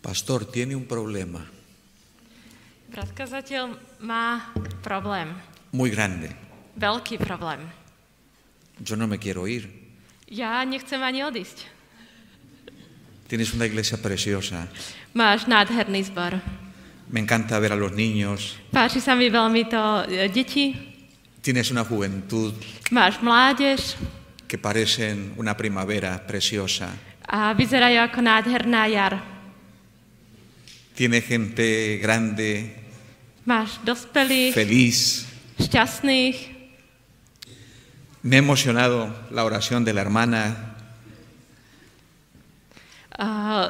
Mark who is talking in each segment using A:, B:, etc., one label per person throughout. A: Pastor, tiene un problema
B: Brat kazateľ má problém,
A: muy grande.
B: veľký problém.
A: Yo no me quiero ir.
B: Ja nechcem ani odísť.
A: Tienes una iglesia preciosa.
B: Máš nádherný zbor.
A: Me encanta ver a los niños.
B: Páči sa mi veľmi to e, deti,
A: Tienes una juventud
B: máš mládež
A: que parecen una primavera preciosa.
B: a vyzerajú ako nádherná jar.
A: Tiene gente grande,
B: Máš dospelých,
A: feliz.
B: šťastných.
A: Me ha emocionado la oración de la hermana,
B: Uh,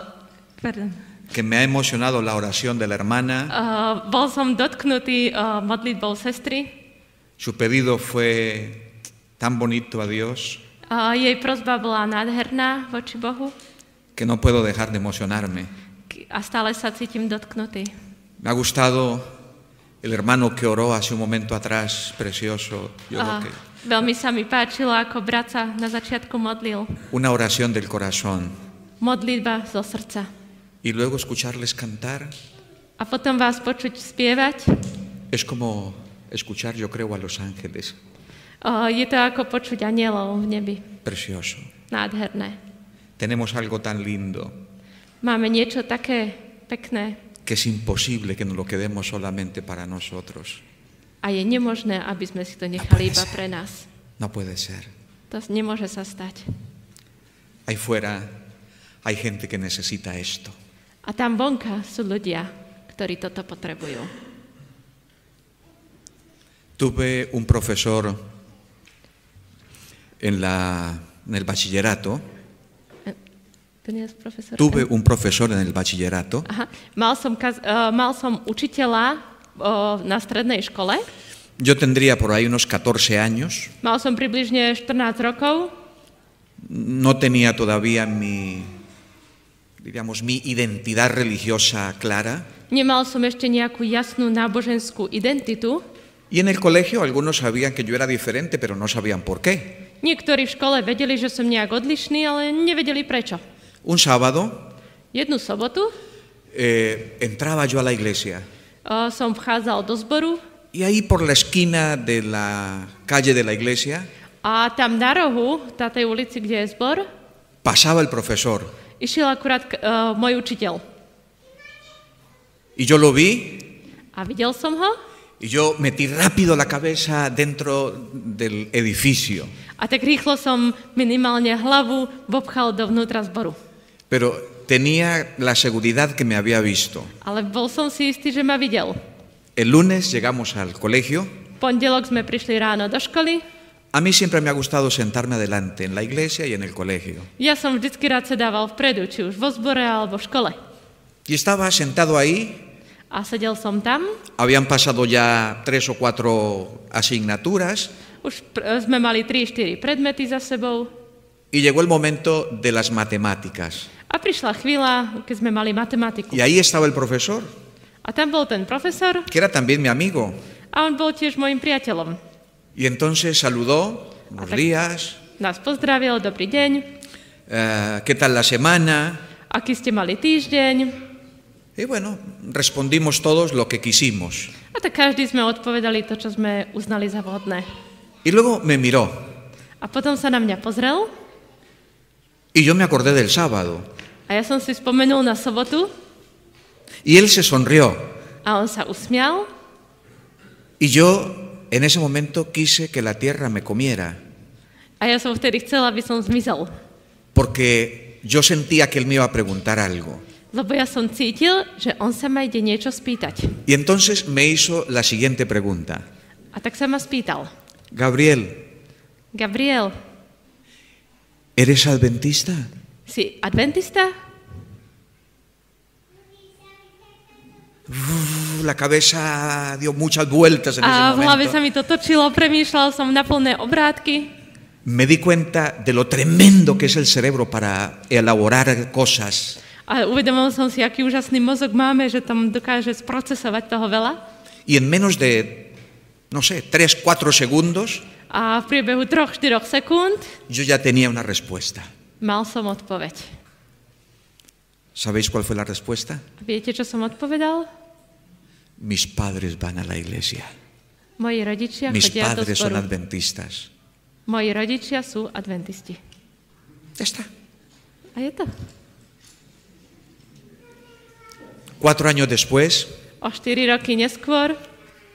B: pardon.
A: que me ha emocionado la oración de la hermana.
B: Uh, bol som dotknutý uh, modlitbou sestry.
A: Su pedido fue tan bonito a Dios
B: Uh, jej prozba bola nádherná voči Bohu
A: que no puedo dejar de emocionarme.
B: K- a stále sa cítim dotknutý.
A: Me ha gustado el hermano que oró hace un momento atrás, precioso. Yo creo
B: A
A: que-
B: veľmi sa mi páčilo, ako brat sa na začiatku modlil.
A: Una oración del corazón.
B: Modlitba zo srdca.
A: Y luego escucharles cantar
B: A potom vás počuť spievať.
A: es como escuchar, yo creo, a los ángeles.
B: O, je to ako počuť anielov v nebi.
A: Precioso.
B: Nádherné.
A: Tenemos algo tan lindo
B: Máme niečo také pekné
A: que es imposible que nos lo quedemos solamente para nosotros.
B: a je nemožné, aby sme si to nechali iba pre nás.
A: No puede ser.
B: To s- nemôže sa stať.
A: Ahí fuera hay gente que necesita esto.
B: A tam vonka sú ľudia, ktorí toto potrebujú.
A: Tuve un profesor en, la, en el bachillerato,
B: E, To nie je profesor.
A: tuve un profesor en el bachillerato
B: Aha. Mal som, kaz- uh, mal som učiteľa uh, na strednej škole.
A: Yo tendría por ahí unos 14 años.
B: Mal som približne 14 rokov.
A: No tenía todavía mi, diríamos, mi identidad religiosa clara.
B: Nemal som ešte nejakú jasnú náboženskú identitu.
A: Y en el colegio algunos sabían que yo era diferente, pero no sabían por qué.
B: Niektorí v škole vedeli, že som nejak odlišný, ale nevedeli prečo.
A: Un sábado
B: Jednu sobotu
A: eh, entraba yo a la iglesia
B: uh, som vchádzal do zboru
A: y ahí por la esquina de la calle de la iglesia
B: a tam na rohu, na tej ulici, kde je zbor,
A: pasaba el profesor.
B: išiel akurát k- uh, môj učiteľ.
A: Y yo lo vi
B: A videl som ho
A: Y yo metí rápido la cabeza dentro del edificio,
B: a tak rýchlo som minimálne hlavu vopchal dovnútra zboru.
A: pero tenía la seguridad que me había visto.
B: Ale bol som si istý, že ma videl.
A: El lunes llegamos al colegio.
B: V pondelok sme prišli ráno do školy.
A: A mí siempre me ha gustado sentarme adelante en la iglesia y en el colegio.
B: Ja som vždycky rád sedával vpredu, či už vo zbore alebo v škole.
A: Y estaba sentado ahí,
B: A sedel som tam.
A: habían pasado ya tres o cuatro asignaturas
B: Už pr- sme mali 3-4 predmety za sebou.
A: y llegó el momento de las matemáticas.
B: A prišla chvíľa, keď sme mali matematiku.
A: Y ahí estaba el profesor,
B: A tam bol ten profesor
A: que era también mi amigo.
B: a on bol tiež môjim priateľom.
A: Y entonces saludó, buenos días,
B: Nás pozdravil, dobrý deň,
A: eh, ¿qué tal la semana?
B: aký ste mali týždeň.
A: Y bueno, respondimos todos lo que quisimos.
B: A tak každý sme odpovedali to, čo sme uznali za vhodné.
A: Y luego me miró
B: A potom sa na mňa pozrel
A: y yo me acordé del sábado.
B: a ja som si spomenul na sobotu
A: Y él se sonrió
B: a on sa usmial
A: y yo en ese momento quise que la tierra me comiera
B: a ja som vtedy chcela, aby som zmizol.
A: porque yo sentía que él me iba a preguntar algo.
B: Lebo ja som cítil, že on sa ma ide niečo spýtať.
A: Y entonces me hizo la siguiente pregunta.
B: A tak sa ma spýtal.
A: Gabriel,
B: Gabriel,
A: ¿eres adventista?
B: si adventista?
A: Uf, la cabeza dio muchas vueltas en
B: Ah, A
A: ese
B: v hlave sa
A: momento.
B: mi to točilo, premýšľal som na plné obrátky.
A: Me di cuenta de lo tremendo que es el cerebro para elaborar cosas.
B: A uvedomil som si, aký úžasný mozog máme, že tam dokáže sprocesovať toho veľa.
A: Y en menos de, no sé, 3, 4 segundos,
B: A v priebehu 3-4 sekúnd
A: yo ya tenía una respuesta.
B: mal som odpoveď.
A: ¿Sabéis cuál fue la respuesta?
B: A viete, čo som odpovedal?
A: Mis padres van a la iglesia.
B: Moji rodičia
A: Mis
B: chodia do
A: padres son
B: zboru.
A: adventistas.
B: Moji rodičia sú adventisti.
A: Ya está.
B: A je to.
A: Cuatro años después
B: O 4 roky neskôr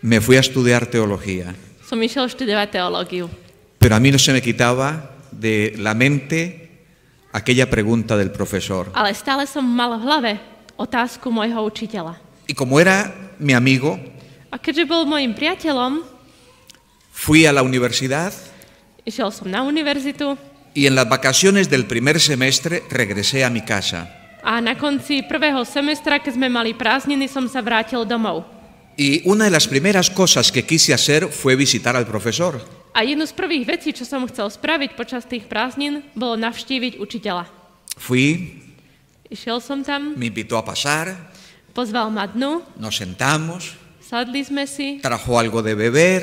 A: me fui a estudiar teología,
B: som išiel študovať teológiu.
A: pero a mí no se me quitaba de la mente aquella pregunta del profesor.
B: Ale stále som mal v hlave otázku môjho učiteľa.
A: Y como era mi amigo,
B: A keďže bol môjim priateľom,
A: fui a la universidad
B: išiel som na univerzitu
A: y en las vacaciones del primer semestre regresé a mi casa.
B: a na konci prvého semestra, keď sme mali prázdniny, som sa vrátil domov.
A: Y una de las primeras cosas que quise hacer fue visitar al profesor.
B: A jednu z prvých vecí, čo som chcel spraviť počas tých prázdnin, bolo navštíviť učiteľa.
A: Fui,
B: Išiel som tam,
A: me invitó a pasar,
B: pozval ma dnu,
A: nos sentamos,
B: sadli sme si,
A: trajo algo de beber,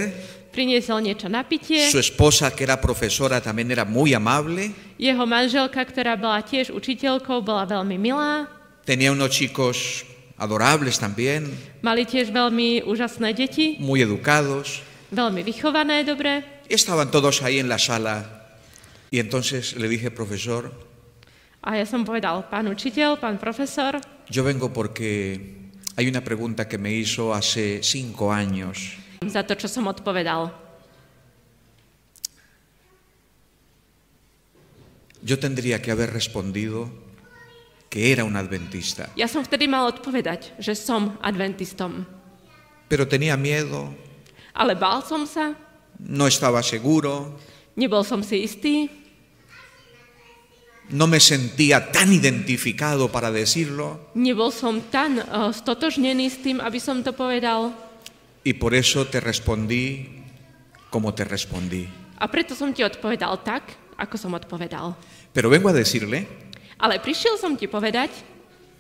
B: priniesol niečo na
A: su
B: pitie,
A: esposa que era profesora también era muy amable,
B: jeho manželka, ktorá bola tiež učiteľkou, bola veľmi milá,
A: tenía unos chicos adorables también,
B: mali tiež veľmi úžasné deti,
A: muy educados,
B: veľmi vychované dobre.
A: estaban todos ahí en la sala y entonces le dije, profesor,
B: A ja som povedal, pán učiteľ, pán profesor,
A: Yo vengo porque hay una pregunta que me hizo hace cinco años
B: za to, čo som odpovedal.
A: yo tendría que haber respondido que era un adventista,
B: Ja som vtedy mal odpovedať, že som adventistom.
A: pero tenía miedo,
B: Ale bál som sa,
A: no estaba seguro,
B: nebol som si istý,
A: no me sentía tan identificado para decirlo
B: nebol som tan eh, stotožnený s tým, aby som to povedal.
A: y por eso te respondí como te respondí.
B: A preto som ti odpovedal tak, ako som odpovedal.
A: Pero vengo a decirle
B: Ale prišiel som ti povedať,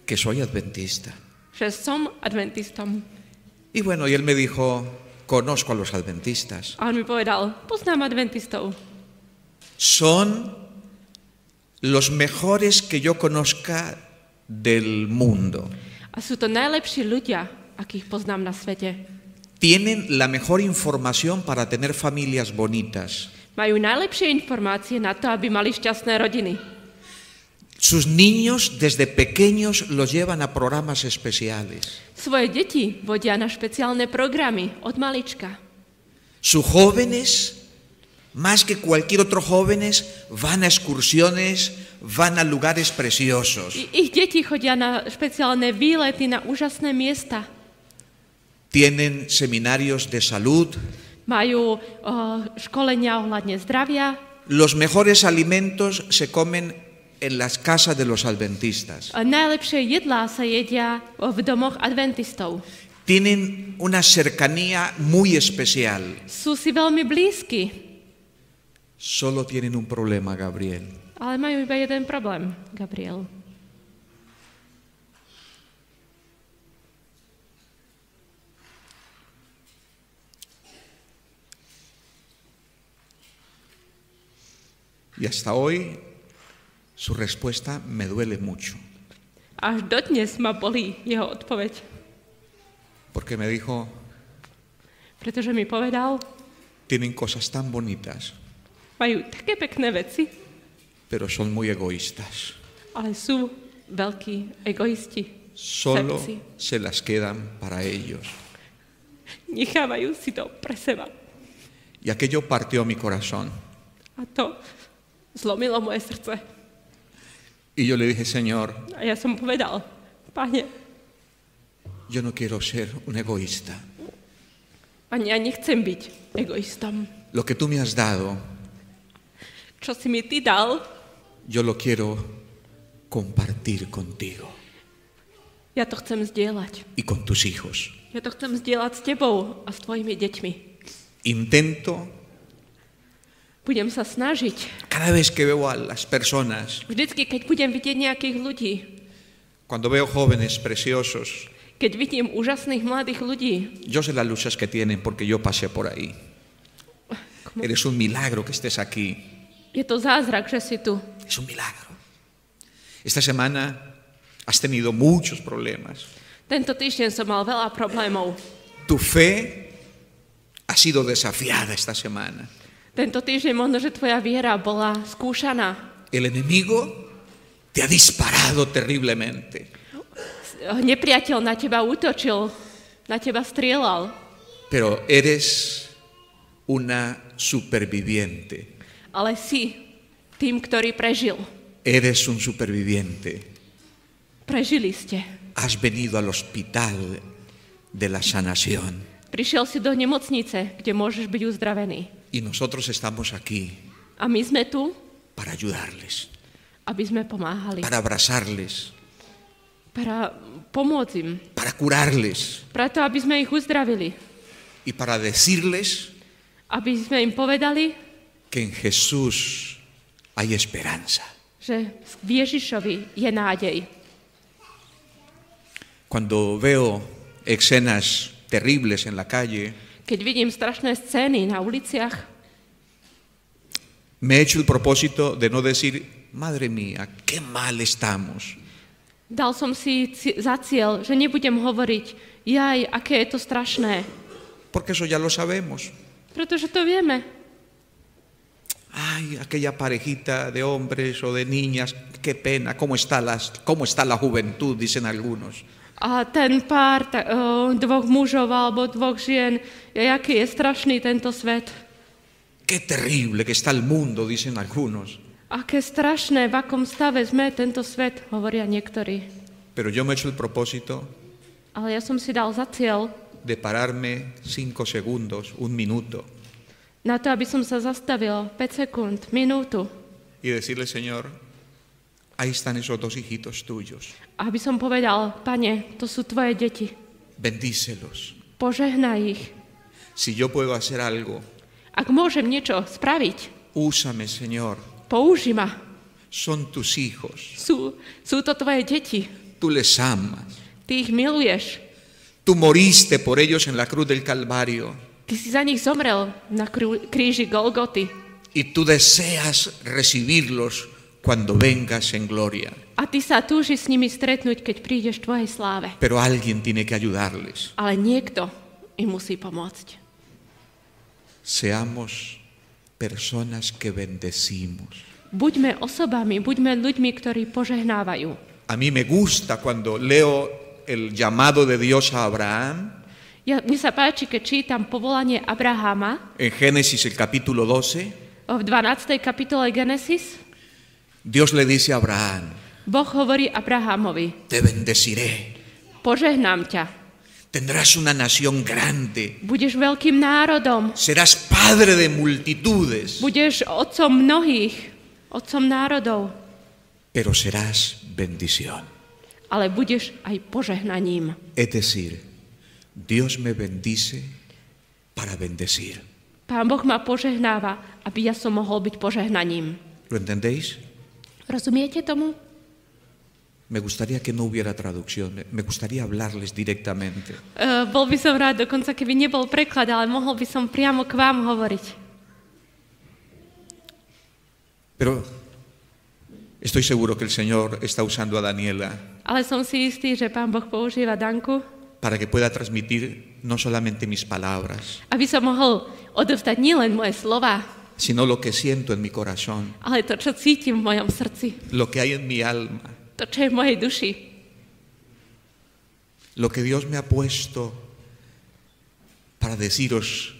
A: que soy adventista.
B: že som adventistom.
A: Y bueno, y él me dijo, conozco a los adventistas.
B: A on mi povedal, poznám adventistov.
A: son los mejores que yo conozca del mundo.
B: A sú to najlepší ľudia, akých poznám na svete.
A: Tienen la mejor información para tener familias bonitas.
B: Majú najlepšie informácie na to, aby mali šťastné rodiny.
A: Sus niños desde pequeños los llevan a programas especiales.
B: Svoje deti vodia na špeciálne programy od malička.
A: Sus jóvenes, más que cualquier otro jóvenes, van a excursiones, van a lugares preciosos.
B: I ich deti chodia na špeciálne výlety na úžasné miesta.
A: Tienen seminarios de salud,
B: Majú o, školenia ohľadne zdravia.
A: Los mejores alimentos se comen en las casas de los adventistas.
B: A Najlepšie jedlá sa jedia o, v domoch adventistov.
A: Tienen una cercanía muy especial.
B: Sú si veľmi blízki,
A: Solo tienen un problema, Gabriel.
B: ale majú iba jeden problém, Gabriel.
A: Y hasta hoy su respuesta me duele mucho.
B: Až dodnes ma bolí jeho odpoveď,
A: Porque me dijo,
B: pretože mi povedal,
A: tienen cosas tan bonitas,
B: majú také pekné veci,
A: pero son muy egoístas.
B: ale sú veľkí egoisti.
A: Solo
B: Sexy.
A: se las quedan para ellos.
B: Nechávajú si to pre seba.
A: Y aquello partió mi corazón.
B: A to zlomilo moje srdce.
A: Y yo le dije, Señor,
B: A ja som povedal, pane,
A: yo no quiero ser un egoísta.
B: pane, ja nechcem byť egoistom.
A: Lo que tú me has dado,
B: Čo si mi ty dal,
A: yo lo quiero compartir contigo
B: ja to chcem zdieľať.
A: y con tus hijos.
B: Ja to chcem zdieľať s tebou a s tvojimi deťmi.
A: Intento,
B: Budem sa snažiť.
A: cada vez que veo a las personas,
B: Vždycky, keď budem vidieť nejakých ľudí,
A: cuando veo jóvenes preciosos,
B: keď vidím úžasných mladých ľudí,
A: yo sé las luchas que tienen porque yo pasé por ahí. Eres un milagro que estés aquí.
B: je to zázrak, že si tu.
A: Es un milagro. Esta semana Has tenido muchos problemas.
B: Tento týždeň som mal veľa problémov.
A: Tu fe ha sido desafiada esta semana.
B: Tento týždeň možno, že tvoja viera bola skúšaná.
A: El enemigo te ha disparado terriblemente.
B: Nepriateľ na teba útočil, na teba strieľal,
A: Pero eres una superviviente.
B: ale si tým, ktorý prežil.
A: Eres un superviviente.
B: Prežili ste.
A: Has venido al hospital de la sanación.
B: Prišiel si do nemocnice, kde môžeš byť uzdravený.
A: Y nosotros estamos aquí
B: A my sme tu,
A: para ayudarles,
B: aby sme pomáhali.
A: para abrazarles,
B: Para pomôcť im.
A: para curarles
B: Preto, aby sme ich uzdravili.
A: y para decirles
B: Aby sme im povedali,
A: que en Jesús hay esperanza.
B: že v Ježišovi je nádej.
A: Cuando veo escenas terribles en la calle,
B: Keď vidím strašné scény na uliciach,
A: me he hecho el propósito de no decir, madre mía, qué mal estamos,
B: dal som si ci- za cieľ, že nebudem hovoriť, jaj, aké je to strašné.
A: porque eso ya lo sabemos.
B: Pretože to vieme.
A: Ay, aquella parejita de hombres o de niñas, qué pena, cómo está, las, cómo está la juventud, dicen algunos.
B: A ten pár ta, o, dvoch mužov alebo dvoch žien, jaj, aký je strašný tento svet.
A: Qué terrible que está el mundo, dicen algunos.
B: Aké strašné, v akom stave sme tento svet, hovoria niektorí.
A: Pero yo me he hecho el propósito
B: Ale ja som si dal za cieľ
A: de pararme cinco segundos, un minuto,
B: na to, aby som sa zastavil 5 sekúnd, minútu,
A: y decirle, Señor, ahí están esos dos hijitos tuyos,
B: aby som povedal, pane, to sú tvoje deti,
A: bendícelos.
B: požehnaj ich.
A: Si yo puedo hacer algo,
B: Ak môžem niečo spraviť,
A: úsame, Señor.
B: použi ma.
A: Son tus hijos,
B: Sú, sú to tvoje deti,
A: tú les amas.
B: ty ich miluješ,
A: Tú moriste por ellos en la cruz del Calvario
B: ty si za nich zomrel na krú- kríži Golgoty
A: y tú deseas recibirlos cuando vengas en gloria.
B: a ty sa túžiš s nimi stretnúť, keď prídeš v tvojej sláve.
A: Pero alguien tiene que ayudarles.
B: Ale niekto im musí pomôcť.
A: Seamos personas que bendecimos.
B: Buďme osobami, buďme ľuďmi, ktorí požehnávajú.
A: A mí me gusta cuando leo el llamado de Dios a Abraham
B: Ja, mne sa páči, keď čítam povolanie Abrahama
A: en Génesis el capítulo 12.
B: v 12. kapitole Genesis.
A: Dios le dice a Abraham,
B: Boh hovorí Abrahamovi,
A: te bendeciré,
B: požehnám ťa,
A: tendrás una nación grande,
B: budeš veľkým národom,
A: serás padre de multitudes,
B: budeš otcom mnohých, otcom národov,
A: pero serás bendición.
B: ale budeš aj požehnaním.
A: Es decir, Dios me bendice para bendecir.
B: Pán Boh ma požehnáva, aby ja som mohol byť požehnaním. E,
A: ¿Lo entendéis?
B: Rozumiete tomu?
A: Me gustaría que no hubiera traducción, me gustaría hablarles directamente.
B: Uh, bol by som rád dokonca, keby nebol preklad, ale mohol by som priamo k vám hovoriť.
A: Pero estoy seguro que el Señor está usando a Daniela
B: Ale som si istý, že pán Boh používa Danku,
A: para que pueda transmitir no solamente mis palabras,
B: aby som mohol odovzdať nielen moje slova,
A: sino lo que siento en mi corazón,
B: ale to, čo cítim v mojom srdci,
A: lo que hay en mi alma,
B: to, čo je v mojej duši,
A: lo que Dios me ha puesto para deciros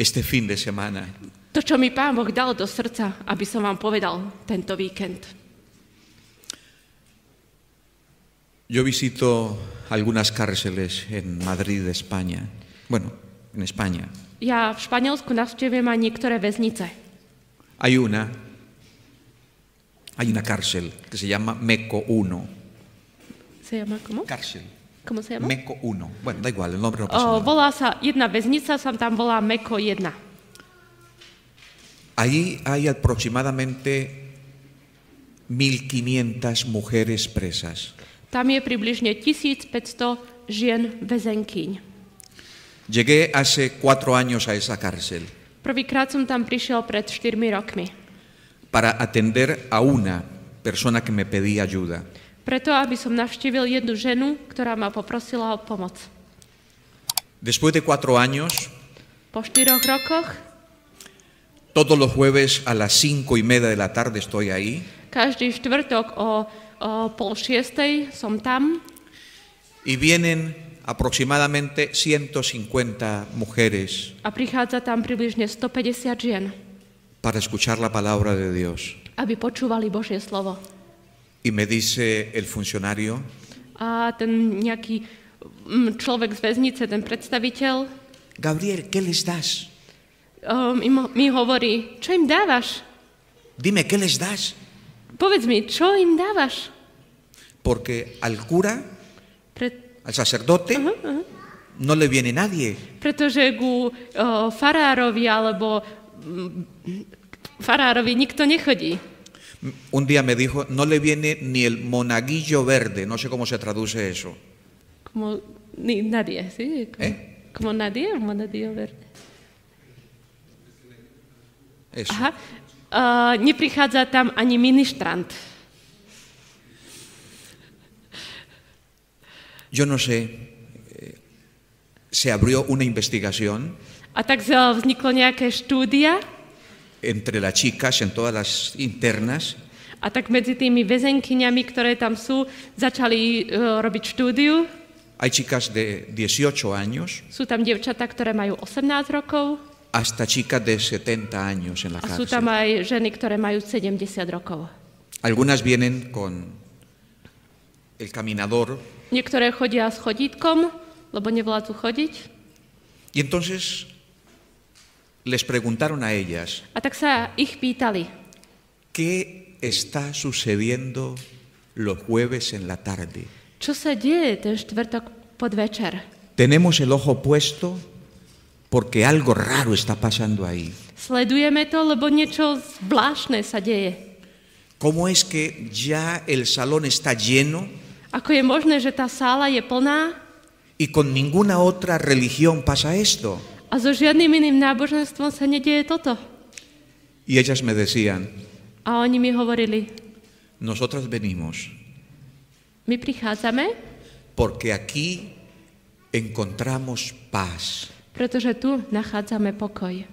A: este fin de semana.
B: to, čo mi pán Boh dal do srdca, aby som vám povedal tento víkend.
A: Yo visito algunas cárceles en Madrid, España. Bueno, en España.
B: Ja v Španielsku navštevujem aj niektoré väznice.
A: Hay una, hay una cárcel que se llama Meco 1.
B: Se llama como?
A: Cárcel.
B: Como se llama? Oh,
A: Meco 1. Bueno, da igual, el nombre no pasa
B: O,
A: nada.
B: volá sa, jedna väznica sa tam volá Meko 1.
A: Allí hay aproximadamente 1.500 mujeres presas.
B: Tam je približne 1500 žien väzenkyň.
A: Llegué hace cuatro años a esa cárcel
B: Prvýkrát som tam prišiel pred 4 rokmi
A: para atender a una persona que me pedía ayuda.
B: preto aby som navštívil jednu ženu, ktorá ma poprosila o pomoc.
A: Después de cuatro años,
B: Po štyroch rokoch,
A: todos los jueves a las cinco y media de la tarde estoy ahí
B: každý štvrtok o, o pol šiestej som tam
A: y vienen aproximadamente 150 mujeres
B: a prichádza tam približne 150 žien,
A: para escuchar la palabra de Dios.
B: aby počúvali Božie slovo.
A: Y me dice el funcionario,
B: A ten nejaký mm, človek z väznice, ten predstaviteľ,
A: Gabriel, ¿qué les das?
B: um, im, mi hovorí, čo im dávaš?
A: Dime, ¿qué les das?
B: Povedz mi, čo im dávaš?
A: Porque al cura,
B: Pre,
A: al sacerdote, no le viene nadie.
B: pretože ku o, farárovi alebo mm, farárovi nikto nechodí.
A: Un día me dijo, no le viene ni el monaguillo verde, no sé cómo se traduce eso.
B: Como ni, nadie, ¿sí? Como,
A: Eh?
B: como nadie, como nadie verde.
A: Eso.
B: Aha. Uh, neprichádza tam ani ministrant.
A: Yo no sé, eh, se abrió una investigación
B: A tak z- vzniklo nejaké štúdia
A: entre las chicas en todas las internas
B: a tak medzi tými väzenkyňami, ktoré tam sú, začali uh, robiť štúdiu.
A: Hay chicas de 18 años
B: Sú tam dievčatá, ktoré majú 18 rokov
A: hasta chicas de 70 años en la
B: a sú tam
A: cárcel.
B: aj ženy, ktoré majú 70 rokov.
A: Algunas vienen con el caminador
B: Niektoré chodia s chodítkom, lebo nevládzu chodiť.
A: y entonces les preguntaron a ellas,
B: A tak sa ich pýtali,
A: ¿qué está sucediendo los jueves en la tarde?
B: čo sa deje ten štvrtok podvečer.
A: Tenemos el ojo puesto porque algo raro está pasando ahí.
B: Sledujeme to, lebo niečo zvláštne sa deje.
A: ¿Cómo es que ya el salón está lleno
B: Ako je možné, že tá sála je plná
A: y con ninguna otra religión pasa esto?
B: a so žiadnym iným náboženstvom sa nedieje toto?
A: Y ellas me decían,
B: A oni mi hovorili,
A: Nosotras venimos
B: my prichádzame,
A: porque aquí encontramos paz.
B: pretože tu nachádzame pokoj.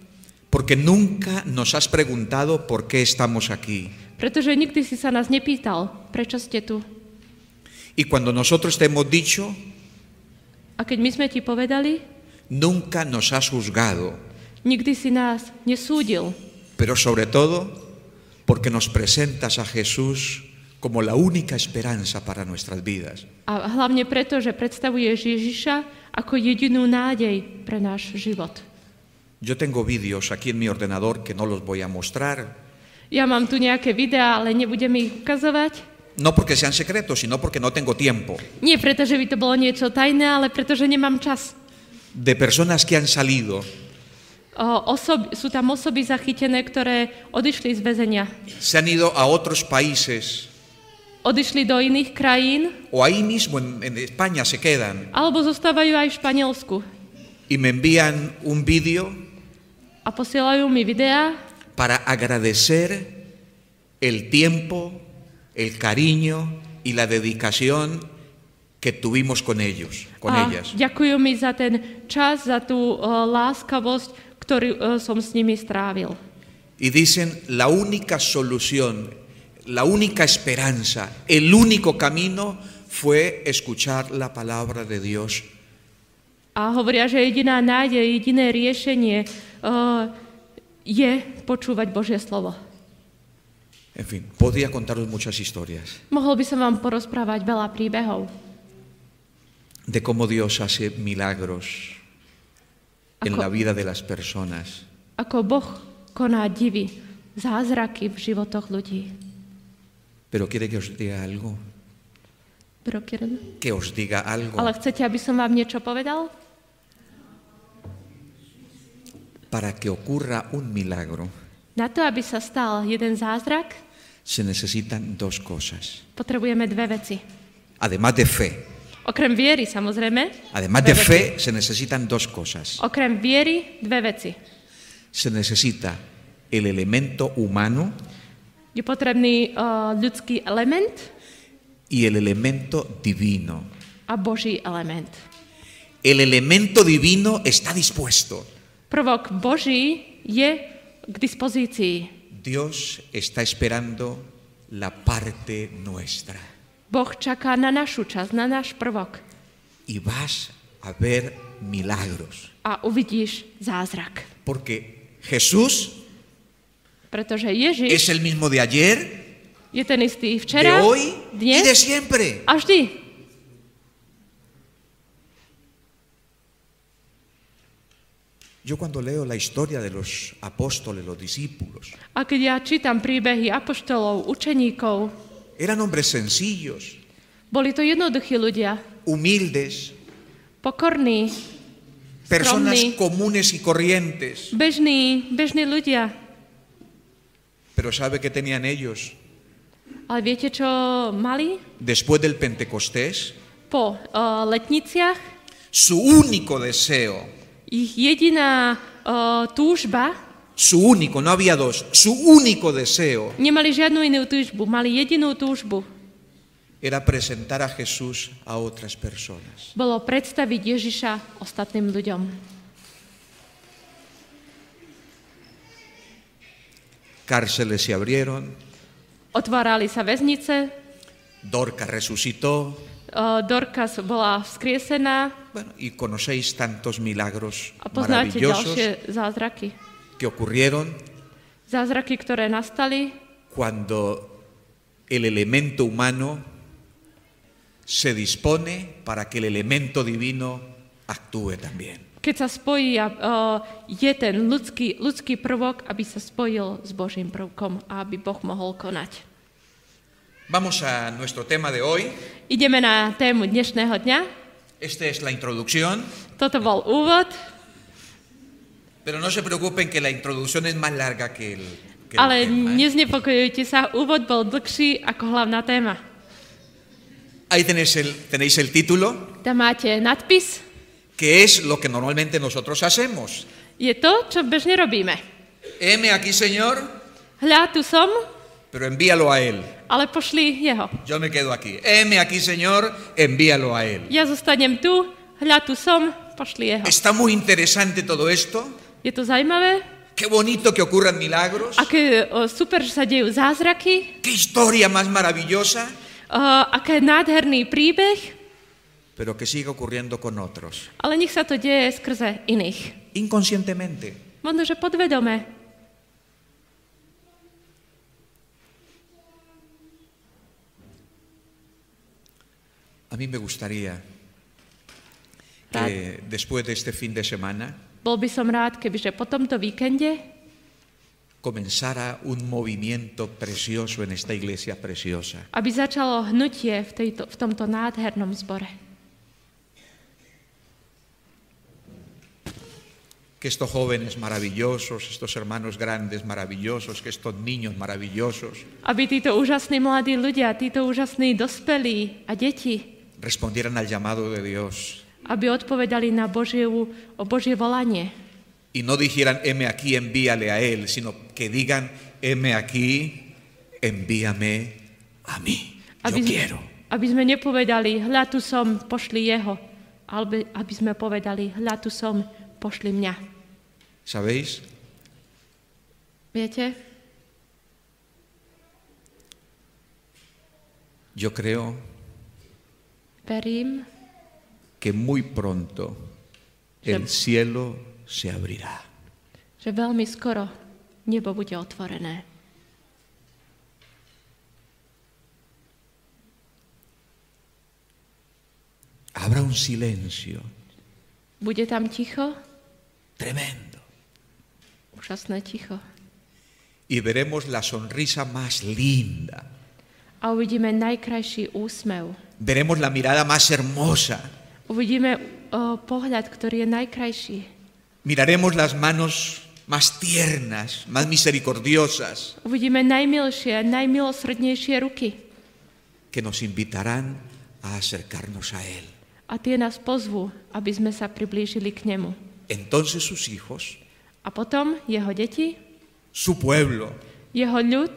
A: Porque nunca nos has preguntado por qué estamos aquí.
B: Pretože nikdy si sa nás nepýtal, prečo ste tu.
A: Y cuando nosotros te hemos dicho,
B: A keď my sme ti povedali,
A: nunca nos has juzgado.
B: nikdy si nás nesúdil,
A: Pero sobre todo, porque nos presentas a Jesús como la única esperanza para nuestras vidas.
B: A hlavne preto, že predstavuješ Ježiša ako jedinú nádej pre náš život.
A: Yo tengo vídeos aquí en mi ordenador que no los voy a mostrar,
B: Ja mám tu nejaké videá, ale nebudem ich ukazovať.
A: no porque sean secretos, sino porque no tengo tiempo,
B: Nie preto, že by to bolo niečo tajné, ale preto, že nemám čas.
A: de personas que han salido
B: O, osob, sú tam osoby zachytené, ktoré odišli z väzenia.
A: se han ido a otros países
B: Odišli do iných krajín,
A: o ahí mismo en, en España se quedan
B: alebo zostávajú aj v Španielsku.
A: y me envían un vídeo
B: A posielajú mi videá,
A: para agradecer el tiempo, el cariño y la dedicación que tuvimos con ellos, con
B: a
A: ellas.
B: ďakujú mi za ten čas, za tú o, láskavosť, ktorú o, som s nimi strávil.
A: Y dicen, la única solución, la única esperanza, el único camino fue escuchar la palabra de Dios.
B: A hovoria, že jediná nádej, jediné riešenie uh, je počúvať Božie slovo.
A: En fin, podría contaros muchas historias
B: Mohol by som vám porozprávať veľa príbehov,
A: de cómo Dios hace milagros en
B: Aco-
A: la vida de las personas.
B: ako Boh koná divy, zázraky v životoch ľudí.
A: Pero quiere que os diga algo,
B: Pero Kieran-
A: que os diga algo.
B: Ale chcete, aby som vám niečo povedal?
A: Para que ocurra un milagro
B: Na to, aby sa stal jeden zázrak,
A: se necesitan dos cosas.
B: potrebujeme dve veci.
A: Además de fe,
B: Okrem viery, samozrejme.
A: además
B: dve
A: de
B: veci.
A: fe se necesitan dos cosas.
B: Okrem viery, dve veci.
A: Se necesita el elemento humano
B: Je potrebný uh, ľudský eh, element
A: y el elemento divino.
B: a Boží element.
A: El elemento divino está dispuesto.
B: Prvok Boží je k dispozícii.
A: Dios está esperando la parte nuestra.
B: Boh čaká na našu časť, na náš prvok
A: Y vas a ver milagros.
B: a uvidíš zázrak.
A: Porque Jesús
B: Pretože Ježiš
A: es el mismo de ayer,
B: je ten istý
A: de
B: včera,
A: hoy y de
B: dnes
A: siempre.
B: a vždy.
A: Yo cuando leo la historia de los apóstoles, los discípulos,
B: A keď ja čítam príbehy apoštolov, učeníkov,
A: eran hombres sencillos,
B: boli to jednoduchí ľudia,
A: humildes,
B: pokorní,
A: personas
B: Skromní.
A: comunes y corrientes.
B: bežní, bežní ľudia.
A: Pero ¿sabe qué tenían ellos?
B: Ale viete, čo mali?
A: Después del Pentecostés,
B: Po uh, letniciach
A: su único deseo,
B: ich jediná uh, túžba,
A: su único, no había dos, su único deseo
B: nemali žiadnu inú túžbu, mali jedinú túžbu.
A: era presentar a Jesús a otras personas.
B: Bolo predstaviť Ježiša ostatným ľuďom.
A: Cárceles se abrieron,
B: Otvárali sa väznice, e,
A: Dorca resucitó,
B: uh, Dorkas bola vzkriesená
A: bueno, y conocéis tantos milagros
B: a poznáte
A: maravillosos
B: ďalšie zázraky.
A: que ocurrieron
B: Zázraky, ktoré nastali,
A: cuando el elemento humano se dispone para que el elemento divino actúe también.
B: keď sa spojí a, uh, je ten ľudský, ľudský prvok, aby sa spojil s Božím prvkom a aby Boh mohol konať.
A: Vamos a nuestro tema de hoy.
B: Ideme na tému dnešného dňa.
A: Esta es la introducción,
B: Toto bol úvod,
A: pero no se preocupen que la introducción es más larga que el, que el
B: ale
A: tema, ¿eh?
B: neznepokojujte sa, úvod bol dlhší ako hlavná téma.
A: Ahí tenéis el, tenéis el título,
B: Tam máte nadpis,
A: que es lo que normalmente nosotros hacemos.
B: je to, čo bežne robíme.
A: M aquí, Señor,
B: Hľa, tu som,
A: pero envíalo a Él.
B: ale pošli jeho.
A: Yo me quedo aquí. M aquí, Señor, envíalo a Él.
B: Ja zostanem tu, hľa, tu som, pošli jeho.
A: Está muy interesante todo esto.
B: Je to zaujímavé,
A: Qué bonito que ocurran milagros.
B: aké o, super, že sa dejú zázraky,
A: Qué historia más maravillosa.
B: Uh, aké nádherný príbeh,
A: Pero que siga ocurriendo con otros.
B: ale nech sa to deje skrze iných.
A: Inconscientemente.
B: Možno, že podvedome.
A: A mí me gustaría que después de este fin de semana
B: Bol by som rád, kebyže po tomto víkende
A: comenzara un movimiento precioso en esta iglesia preciosa.
B: aby začalo hnutie v, tejto, v tomto nádhernom zbore.
A: Que estos jóvenes maravillosos, estos hermanos grandes maravillosos, que estos niños maravillosos
B: Aby títo úžasní mladí ľudia, títo úžasní dospelí a deti,
A: respondieran al llamado de Dios
B: aby odpovedali na Božiu, o Božie volanie.
A: y no dijeran, heme aquí, envíale a Él, sino que digan, heme aquí, envíame a mí. Yo
B: Aby sme,
A: quiero.
B: aby sme nepovedali, hľa tu som, pošli jeho. Alebo aby sme povedali, hľa tu som, pošli mňa.
A: ¿Sabéis?
B: Viete?
A: Yo creo
B: Verím,
A: que muy pronto el cielo se abrirá.
B: že veľmi skoro nebo bude otvorené.
A: Habrá un silencio
B: Bude tam ticho,
A: tremendo.
B: úžasné ticho.
A: Y veremos la sonrisa más linda.
B: A uvidíme najkrajší úsmev.
A: Veremos la mirada más hermosa.
B: Uvidíme o, pohľad, ktorý je najkrajší.
A: Miraremos las manos más tiernas, más misericordiosas,
B: Uvidíme najmilšie, najmilosrdnejšie ruky.
A: que nos invitarán a acercarnos a Él.
B: A tie nás pozvú, aby sme sa priblížili k nemu.
A: Entonces sus hijos,
B: A potom jeho deti,
A: su pueblo,
B: jeho ľud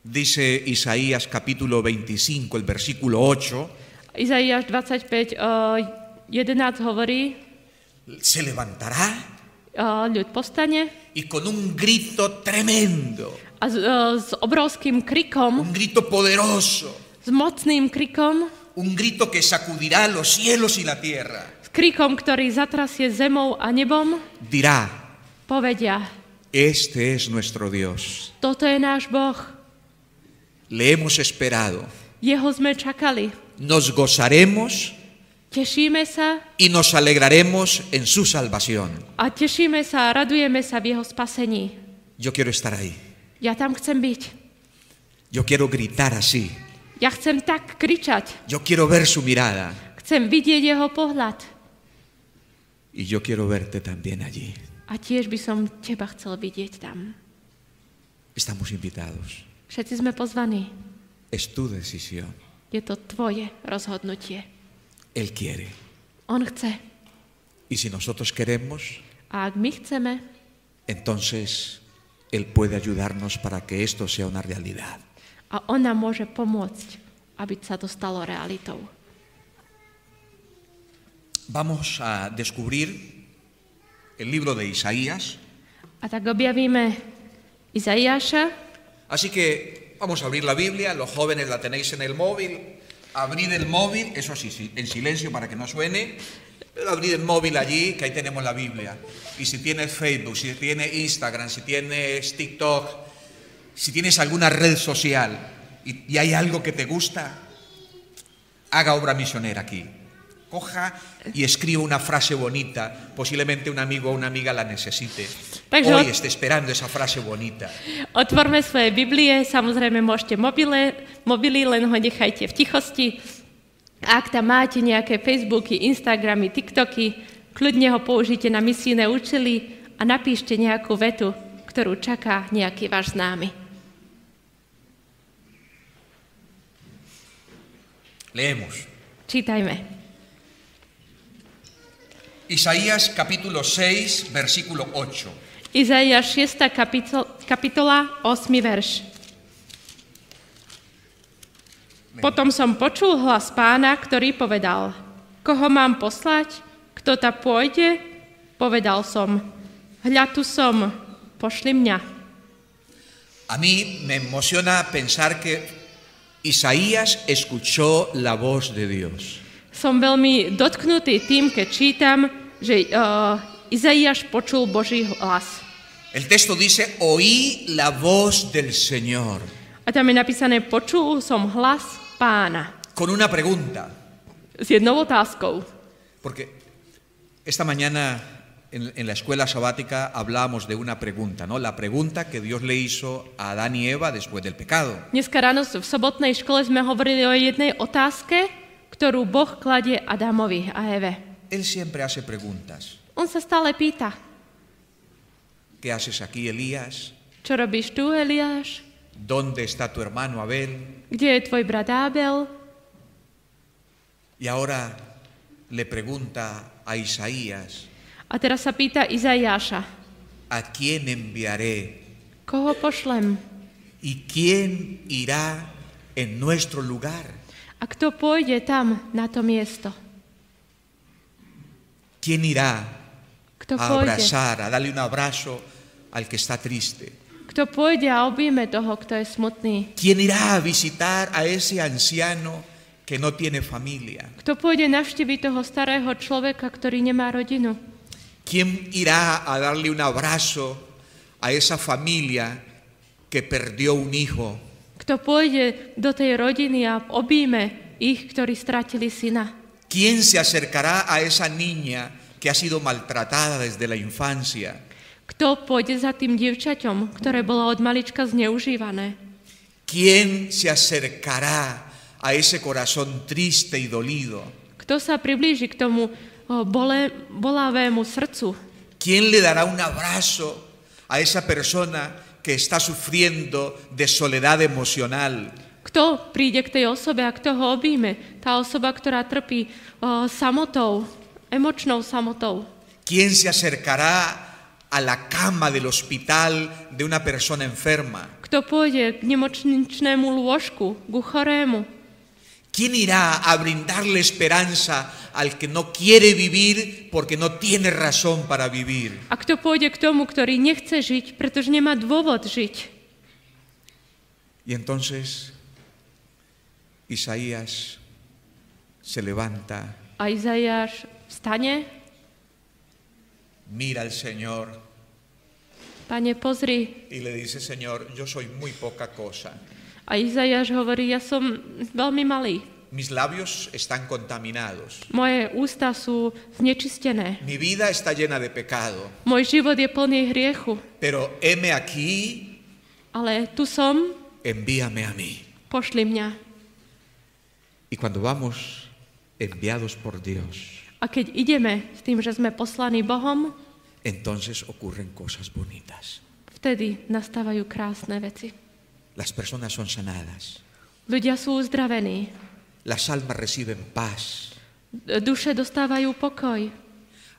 A: Dice Isaías capítulo 25, el versículo 8,
B: Izaiáš 25, eh, 11 hovorí,
A: se levantará
B: eh, ľud postane
A: y con un grito tremendo,
B: a s, eh, s obrovským krikom,
A: un grito poderoso,
B: s mocným krikom,
A: un grito que sacudirá los cielos y la tierra,
B: s krikom, ktorý zatrasie zemou a nebom,
A: dirá,
B: povedia,
A: este es nuestro Dios,
B: toto je náš Boh,
A: le hemos esperado,
B: jeho sme čakali,
A: nos gozaremos
B: tešíme sa
A: y nos alegraremos en su salvación.
B: a tešíme sa a radujeme sa v jeho spasení.
A: Yo quiero estar ahí,
B: Ja tam chcem byť.
A: yo quiero gritar así,
B: Ja chcem tak kričať.
A: yo quiero ver su mirada
B: Chcem vidieť jeho pohľad.
A: y yo quiero verte también allí.
B: A tiež by som teba chcel vidieť tam.
A: Estamos invitados,
B: Všetci sme pozvaní.
A: es tu decisión,
B: Je to tvoje rozhodnutie.
A: Él quiere.
B: On chce.
A: Y si nosotros queremos,
B: A ak my chceme,
A: entonces Él puede ayudarnos para que esto sea una realidad.
B: a on nám môže pomôcť, aby sa to stalo realitou.
A: Vamos a descubrir el libro de Isaías.
B: A tak objavíme Izaiáša.
A: Así que vamos a abrir la Biblia, los jóvenes la tenéis en el móvil, abrid el móvil, eso sí, sí, en silencio para que no suene, pero abrid el móvil allí, que ahí tenemos la Biblia. Y si tienes Facebook, si tienes Instagram, si tienes TikTok, si tienes alguna red social y, y hay algo que te gusta, haga obra misionera aquí. Coja y escriba una frase bonita, posiblemente un amigo o una amiga la necesite.
B: Pero-
A: Hoy esté esperando esa frase bonita.
B: Otvorme svoje Biblie, samozrejme môžete mobile, mobily, len ho nechajte v tichosti. A Ak tam máte nejaké Facebooky, Instagramy, TikToky, kľudne ho použite na misijné účely a napíšte nejakú vetu, ktorú čaká nejaký váš známy.
A: Leemos.
B: Čítajme.
A: Isaías capítulo 6, versículo 8.
B: Izaiáš 6. Kapitol, kapitola, 8. verš. Potom som počul hlas pána, ktorý povedal, koho mám poslať, kto ta pôjde, povedal som, hľa tu som, pošli mňa.
A: A mí me emociona pensar que Isaías escuchó la voz de Dios.
B: Som veľmi dotknutý tým, keď čítam, že uh, Izaiáš počul Boží hlas.
A: El texto dice, oí la voz del Señor.
B: A tam je napísané, počul som hlas pána.
A: Con una pregunta,
B: S jednou otázkou.
A: porque esta mañana en, en la escuela sabática hablábamos de una pregunta, ¿no? La pregunta que Dios le hizo a Adán y Eva después del pecado.
B: Dneska ráno v sobotnej škole sme hovorili o jednej otázke, ktorú Boh kladie Adamovi a Eve.
A: Él siempre hace preguntas.
B: On sa stále pýta,
A: ¿Qué haces aquí, Elías?
B: čo robíš tu, Eliáš?
A: ¿Dónde está tu hermano Abel?
B: Kde je tvoj brat Ábel?
A: Y ahora le pregunta a Isaías,
B: A teraz sa pýta Izajáša,
A: ¿a quién enviaré?
B: koho pošlem?
A: ¿Y quién irá en nuestro lugar?
B: A kto pôjde tam na to miesto?
A: ¿Quién irá
B: Kto
A: a
B: pôjde?
A: abrazar, a darle un abrazo al que está triste?
B: Kto pôjde a objíme toho, kto je smutný?
A: ¿Quién irá a visitar a ese anciano que no tiene familia?
B: Kto pôjde navštíviť toho starého človeka, ktorý nemá rodinu?
A: ¿Quién irá a darle un abrazo a esa familia que perdió un hijo?
B: Kto pôjde do tej rodiny a objíme ich, ktorí stratili syna?
A: ¿Quién se acercará a esa niña que ha sido maltratada desde la infancia?
B: Kto pôjde za tým dievčaťom, ktoré bolo od malička zneužívané?
A: ¿Quién se acercará a ese corazón triste y dolido?
B: Kto sa priblíži k tomu o, bole, bolavému srdcu?
A: ¿Quién le dará un abrazo a esa persona que está sufriendo de soledad emocional?
B: Kto príde k tej osobe a kto ho objíme? Tá osoba, ktorá trpí o, samotou, emočnou samotou.
A: ¿Quién se acercará a la cama del hospital de una persona enferma?
B: Kto pôjde k nemocničnému lôžku, ku chorému?
A: ¿Quién irá a brindarle esperanza al que no quiere vivir porque no tiene razón para vivir?
B: A kto pôjde k tomu, ktorý nechce žiť, pretože nemá dôvod žiť?
A: Y entonces Isaías se levanta,
B: A Izajáš vstane,
A: mira al Señor
B: pane, pozri.
A: y le dice, Señor, yo soy muy poca cosa.
B: A Izajáš hovorí, ja som veľmi malý.
A: Mis labios están contaminados.
B: Moje ústa sú znečistené.
A: Mi vida está llena de pecado.
B: Môj život je plný hriechu.
A: Pero heme aquí,
B: Ale tu som,
A: envíame a mí.
B: pošli mňa.
A: Y cuando vamos enviados por Dios,
B: A keď ideme s tým, že sme poslaní Bohom,
A: entonces ocurren cosas bonitas.
B: vtedy nastávajú krásne veci.
A: Las personas son sanadas,
B: Ľudia sú uzdravení,
A: las almas reciben paz,
B: duše dostávajú pokoj,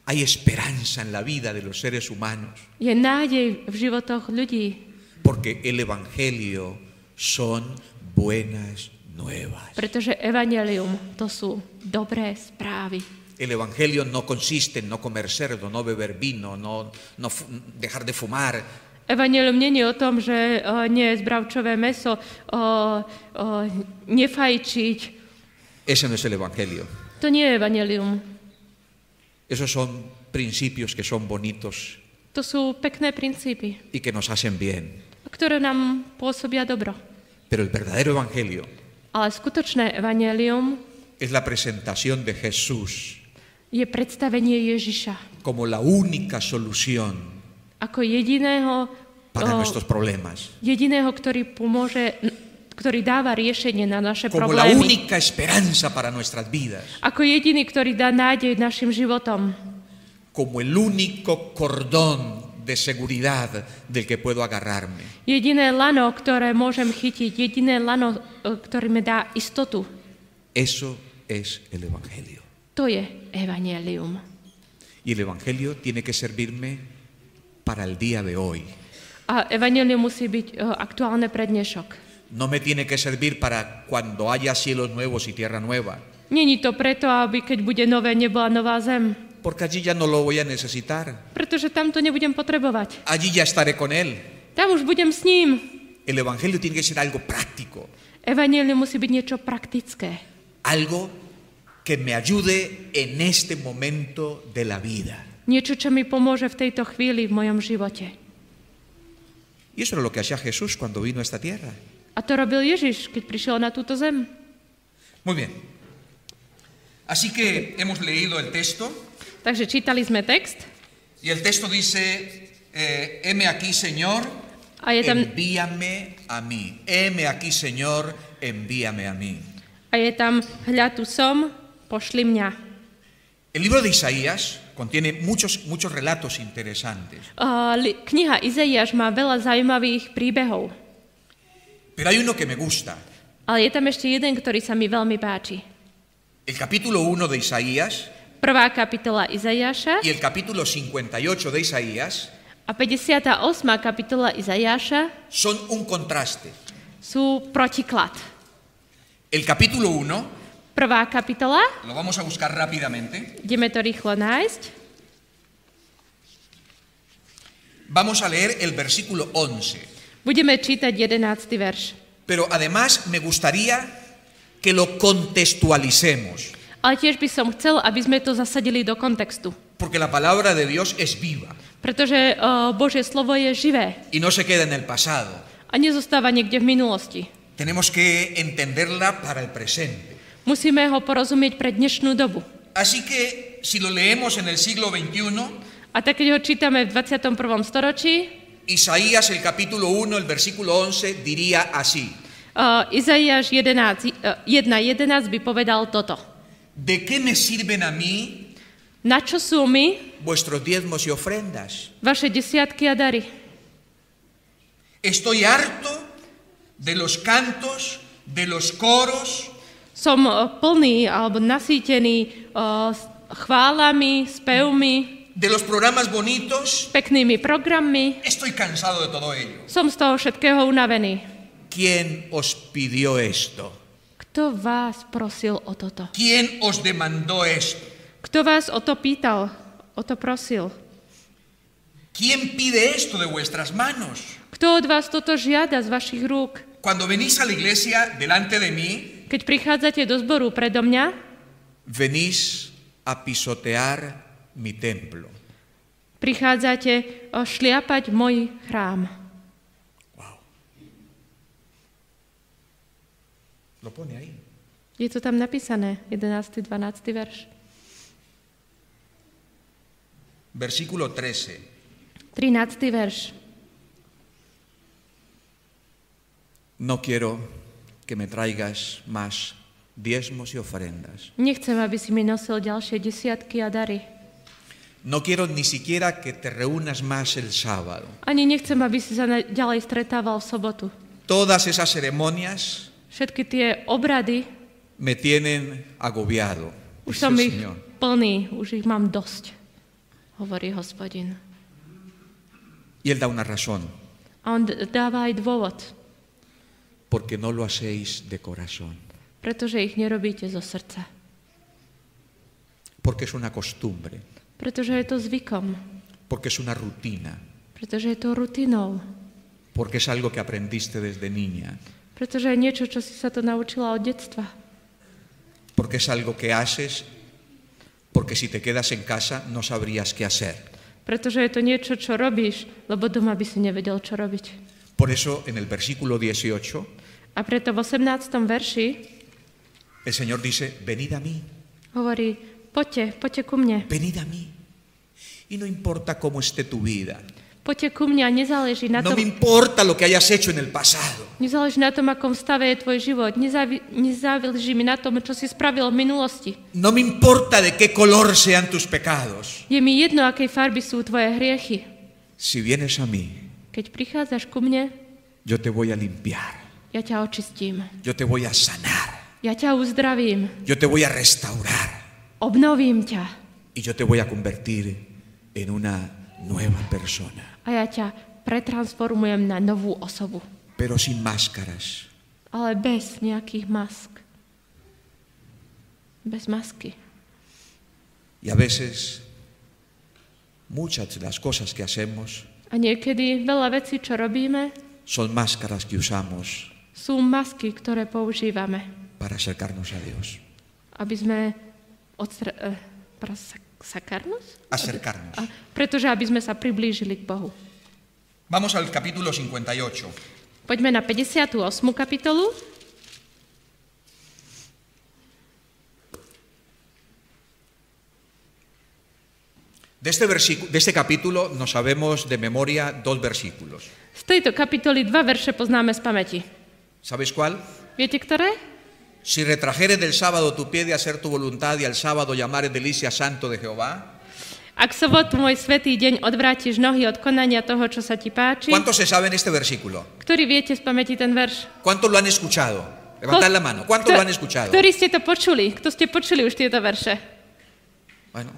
A: hay esperanza en la vida de los seres humanos,
B: je nádej v životoch ľudí,
A: porque el Evangelio son buenas nuevas.
B: pretože evanelium to sú dobré správy.
A: El Evangelio no consiste en no comer cerdo, no beber vino, no, no fu- dejar de fumar.
B: Evangelium není o tom, že o, nie je zbravčové meso, o, o, nefajčiť.
A: Ese no es el Evangelio.
B: To nie je evangelium.
A: Esos son principios que son bonitos
B: To sú pekné princípy,
A: y que nos hacen bien.
B: ktoré nám pôsobia dobro.
A: Pero el verdadero Evangelio
B: Ale skutočné evangelium
A: es la presentación de Jesús
B: je predstavenie Ježiša
A: como la única solución
B: ako jediného,
A: para
B: o,
A: nuestros problemas,
B: jediného, ktorý pomôže, ktorý dáva riešenie na naše
A: como la
B: problémy.
A: única esperanza para nuestras vidas,
B: Ako jediný, ktorý dá nádej našim životom.
A: como el único cordón de seguridad del que puedo agarrarme.
B: Jediné lano, ktoré môžem chytiť, jediné lano, e, ktoré mi dá istotu,
A: Eso es el Evangelio.
B: to je evanelium.
A: Y el Evangelio tiene que servirme para el día de hoy.
B: A evanelium musí byť e, aktuálne pre dnešok.
A: No me tiene que servir para cuando haya cielos nuevos y tierra nueva,
B: Není to preto, aby keď bude nové nebo a nová zem,
A: porque allí ya no lo voy a necesitar.
B: pretože tam to nebudem potrebovať.
A: Allí ya estaré con Él.
B: Tam už budem s ním.
A: El Evangelio tiene que ser algo práctico,
B: Evanelium musí byť niečo praktické.
A: algo que me ayude en este momento de la vida.
B: Niečo, čo mi pomôže v tejto chvíli v mojom živote.
A: Y eso era lo que hacía Jesús cuando vino a esta tierra.
B: A to robil Ježiš, keď prišiel na túto zem.
A: Muy bien. Así que hemos leído el texto
B: Takže čítali sme text
A: y el texto dice, eh, heme aquí Señor,
B: a je tam,
A: envíame a mí. Heme aquí Señor, envíame a mí.
B: a je tam hľa tu som, pošli mňa.
A: El libro de Isaías contiene muchos, muchos relatos interesantes.
B: A li- kniha Izaiáš má veľa zaujímavých príbehov,
A: Pero hay uno que me gusta.
B: ale je tam ešte jeden, ktorý sa mi veľmi páči.
A: El capítulo 1 de Isaías
B: Prvá kapitola Izajaša
A: y el capítulo 58 de Isaías
B: a 58. kapitola Izajaša
A: son un contraste.
B: sú protiklad.
A: El capítulo 1,
B: Prvá kapitola,
A: lo vamos a buscar rápidamente,
B: ideme to rýchlo nájsť,
A: vamos a leer el versículo 11.
B: budeme čítať 11. verš.
A: Pero además me gustaría que lo contextualicemos,
B: Ale tiež by som chcel, aby sme to zasadili do kontextu.
A: porque la palabra de Dios es viva
B: Pretože uh, Božie slovo je živé
A: y no se queda en el pasado.
B: a nezostáva niekde v minulosti.
A: Tenemos que entenderla para el presente.
B: Musíme ho porozumieť pre dnešnú dobu.
A: Así que si lo leemos en el siglo XXI,
B: A tak, keď ho čítame v 21. storočí,
A: Isaías el capítulo 1, el versículo 11 diría así,
B: uh, Izaiáš 11, uh, 1.11 by povedal toto.
A: ¿de qué me sirven a mí
B: Na čo sú my
A: vuestros diezmos y ofrendas?
B: vaše desiatky a dary?
A: Estoy harto de los cantos, de los coros,
B: Som e, eh, plný alebo nasýtený eh, s- chválami, e, spevmi,
A: de los programas bonitos.
B: peknými programmi.
A: Estoy cansado de todo ello.
B: Som z toho všetkého unavený.
A: ¿Quién os pidió esto?
B: Kto vás prosil o toto?
A: ¿Quién os demandó esto?
B: Kto vás o to pýtal? O to prosil?
A: ¿Quién pide esto de vuestras manos?
B: Kto od vás toto žiada z vašich rúk?
A: Cuando venís a la iglesia delante de mí,
B: Keď prichádzate do zboru predo mňa,
A: venís a pisotear mi templo.
B: prichádzate o, šliapať môj chrám.
A: Lo pone ahí.
B: Je to tam napísané, 11. 12. verš.
A: Versículo 13.
B: 13. verš.
A: No quiero que me traigas más diezmos y ofrendas.
B: Nechcem, aby si mi nosil ďalšie desiatky a dary.
A: No quiero ni siquiera que te reúnas más el sábado.
B: Ani nechcem, aby si sa na- ďalej stretával v sobotu.
A: Todas esas ceremonias
B: Všetky tie obrady,
A: me tienen agobiado.
B: už
A: dice
B: som
A: el
B: ich
A: Señor.
B: plný, už ich mám dosť, hovorí hospodin.
A: Y Él da una razón,
B: A on d- dáva aj dôvod,
A: porque no lo hacéis de corazón,
B: pretože ich nerobíte zo srdca.
A: porque es una costumbre,
B: Pretože je to zvykom,
A: porque es una rutina,
B: pretože je to rutinou,
A: porque es algo que aprendiste desde niña,
B: pretože je niečo, čo si sa to naučila od detstva.
A: porque es algo que haces, porque si te quedas en casa no sabrías qué hacer.
B: Pretože je to niečo, čo robíš, lebo doma by si nevedel, čo robiť.
A: Por eso en el versículo 18
B: A preto v 18. verši
A: el Señor dice, venid a mí,
B: hovorí, poďte, poďte ku mne.
A: venid a mí. Y no importa cómo esté tu vida,
B: Poďte ku mne a nezáleží na
A: no me
B: tom,
A: importa lo que hayas hecho en el pasado.
B: nezáleží na tom, akom stave je tvoj život. Nezávi, nezáleží mi na tom, čo si spravil v minulosti.
A: No me importa de qué color sean tus pecados.
B: Je mi jedno, akej farby sú tvoje hriechy.
A: Si vienes a mí,
B: Keď prichádzaš ku mne,
A: yo te voy a limpiar,
B: ja ťa očistím.
A: yo te voy a sanar,
B: Ja ťa uzdravím,
A: yo te voy a restaurar
B: obnovím ťa
A: y yo te voy a convertir en una nueva persona,
B: a ja ťa pretransformujem na novú osobu.
A: pero sin máscaras,
B: Ale bez nejakých mask. Bez masky.
A: Y a veces muchas de las cosas que hacemos
B: A niekedy veľa vecí, čo robíme,
A: son máscaras que usamos
B: sú masky, ktoré používame,
A: para acercarnos a Dios.
B: aby sme odstra... eh, pras- sakarnos?
A: Acercarnos.
B: A, pretože aby sme sa priblížili k Bohu.
A: Vamos al capítulo 58.
B: Poďme na 58. kapitolu.
A: De este, versicu- de este capítulo nos sabemos de memoria dos versículos.
B: Z tejto kapitoly dva verše poznáme z pamäti.
A: ¿Sabéis cuál?
B: Viete, ktoré?
A: Si retrajeres del sábado tu pie de hacer tu voluntad y al sábado llamares delicia santo de Jehová.
B: Ak v sobotu, môj svetý deň, odvrátiš nohy od konania toho, čo sa ti páči,
A: ¿Cuántos se saben este versículo?
B: ktorý viete z pamäti ten verš?
A: ¿Cuántos lo han escuchado? Levantad la mano. ¿Cuántos
B: Kto-
A: lo han escuchado?
B: Ktorí ste to počuli? Kto ste počuli už tieto verše?
A: Bueno,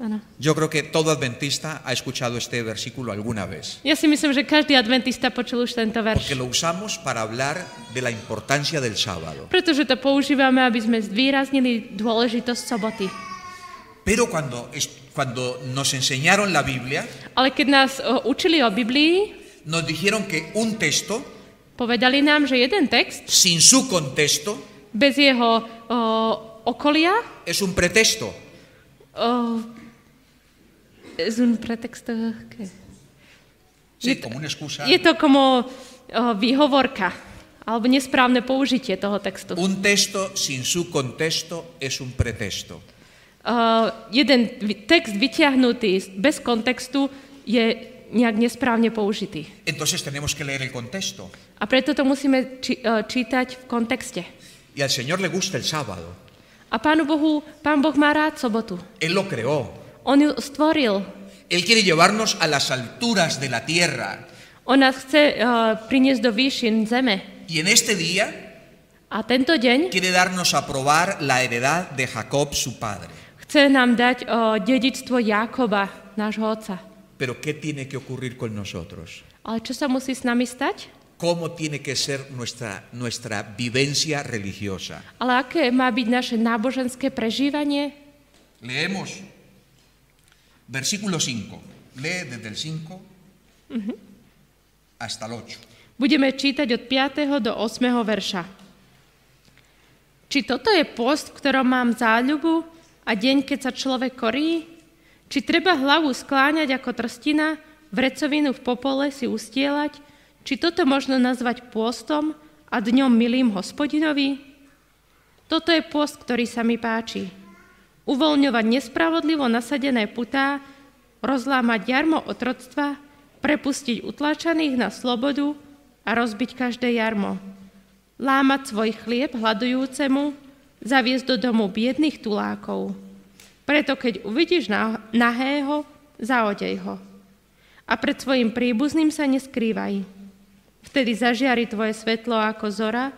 B: Áno.
A: yo creo que todo adventista ha escuchado este versículo alguna vez,
B: Ja si myslím, že každý adventista počul už tento
A: porque
B: verš.
A: lo usamos para hablar de la importancia del sábado.
B: Pretože to používame, aby sme zvýraznili dôležitosť soboty.
A: Pero cuando, es- cuando nos enseñaron la Biblia,
B: Ale keď nás o, učili o Biblii,
A: nos dijeron que un texto
B: povedali nám, že jeden text
A: sin su contexto
B: bez jeho o, okolia e,
A: es un pretexto.
B: o, es un pretexto, que-
A: Sí,
B: Yo-
A: como una excusa.
B: je to como o, výhovorka alebo nesprávne použitie toho textu.
A: Un texto sin su contexto es un pretexto.
B: Uh, jeden vi- text vyťahnutý z- bez kontextu je nejak nesprávne použitý.
A: Entonces tenemos que leer el contexto.
B: A preto to musíme či, uh, čítať v kontexte.
A: Y al Señor le gusta el sábado.
B: A Pánu Bohu, Pán Boh má rád sobotu.
A: Él lo creó.
B: On ju stvoril.
A: Él quiere llevarnos a las alturas de la tierra.
B: On nás chce uh, priniesť do výšin zeme.
A: Y en este día
B: A tento deň
A: quiere darnos a probar la heredad de Jacob, su padre.
B: Chce nám dať o dedičstvo Jakoba, nášho otca.
A: Pero ¿qué tiene que ocurrir con nosotros?
B: Ale čo sa musí s nami stať?
A: ¿Cómo tiene que ser nuestra, nuestra vivencia religiosa?
B: Ale aké má byť naše náboženské prežívanie?
A: Leemos versículo 5. Lee desde el 5 hasta el 8.
B: Budeme čítať od 5. do 8. verša. Či toto je post, v ktorom mám záľubu a deň, keď sa človek korí? Či treba hlavu skláňať ako trstina, vrecovinu v popole si ustielať? Či toto možno nazvať pôstom a dňom milým hospodinovi? Toto je post, ktorý sa mi páči. Uvoľňovať nespravodlivo nasadené putá, rozlámať jarmo otroctva, prepustiť utlačaných na slobodu a rozbiť každé jarmo. Lámať svoj chlieb hľadujúcemu, zaviesť do domu biedných tulákov. Preto keď uvidíš na- nahého, zaodej ho. A pred svojim príbuzným sa neskrývaj. Vtedy zažiari tvoje svetlo ako zora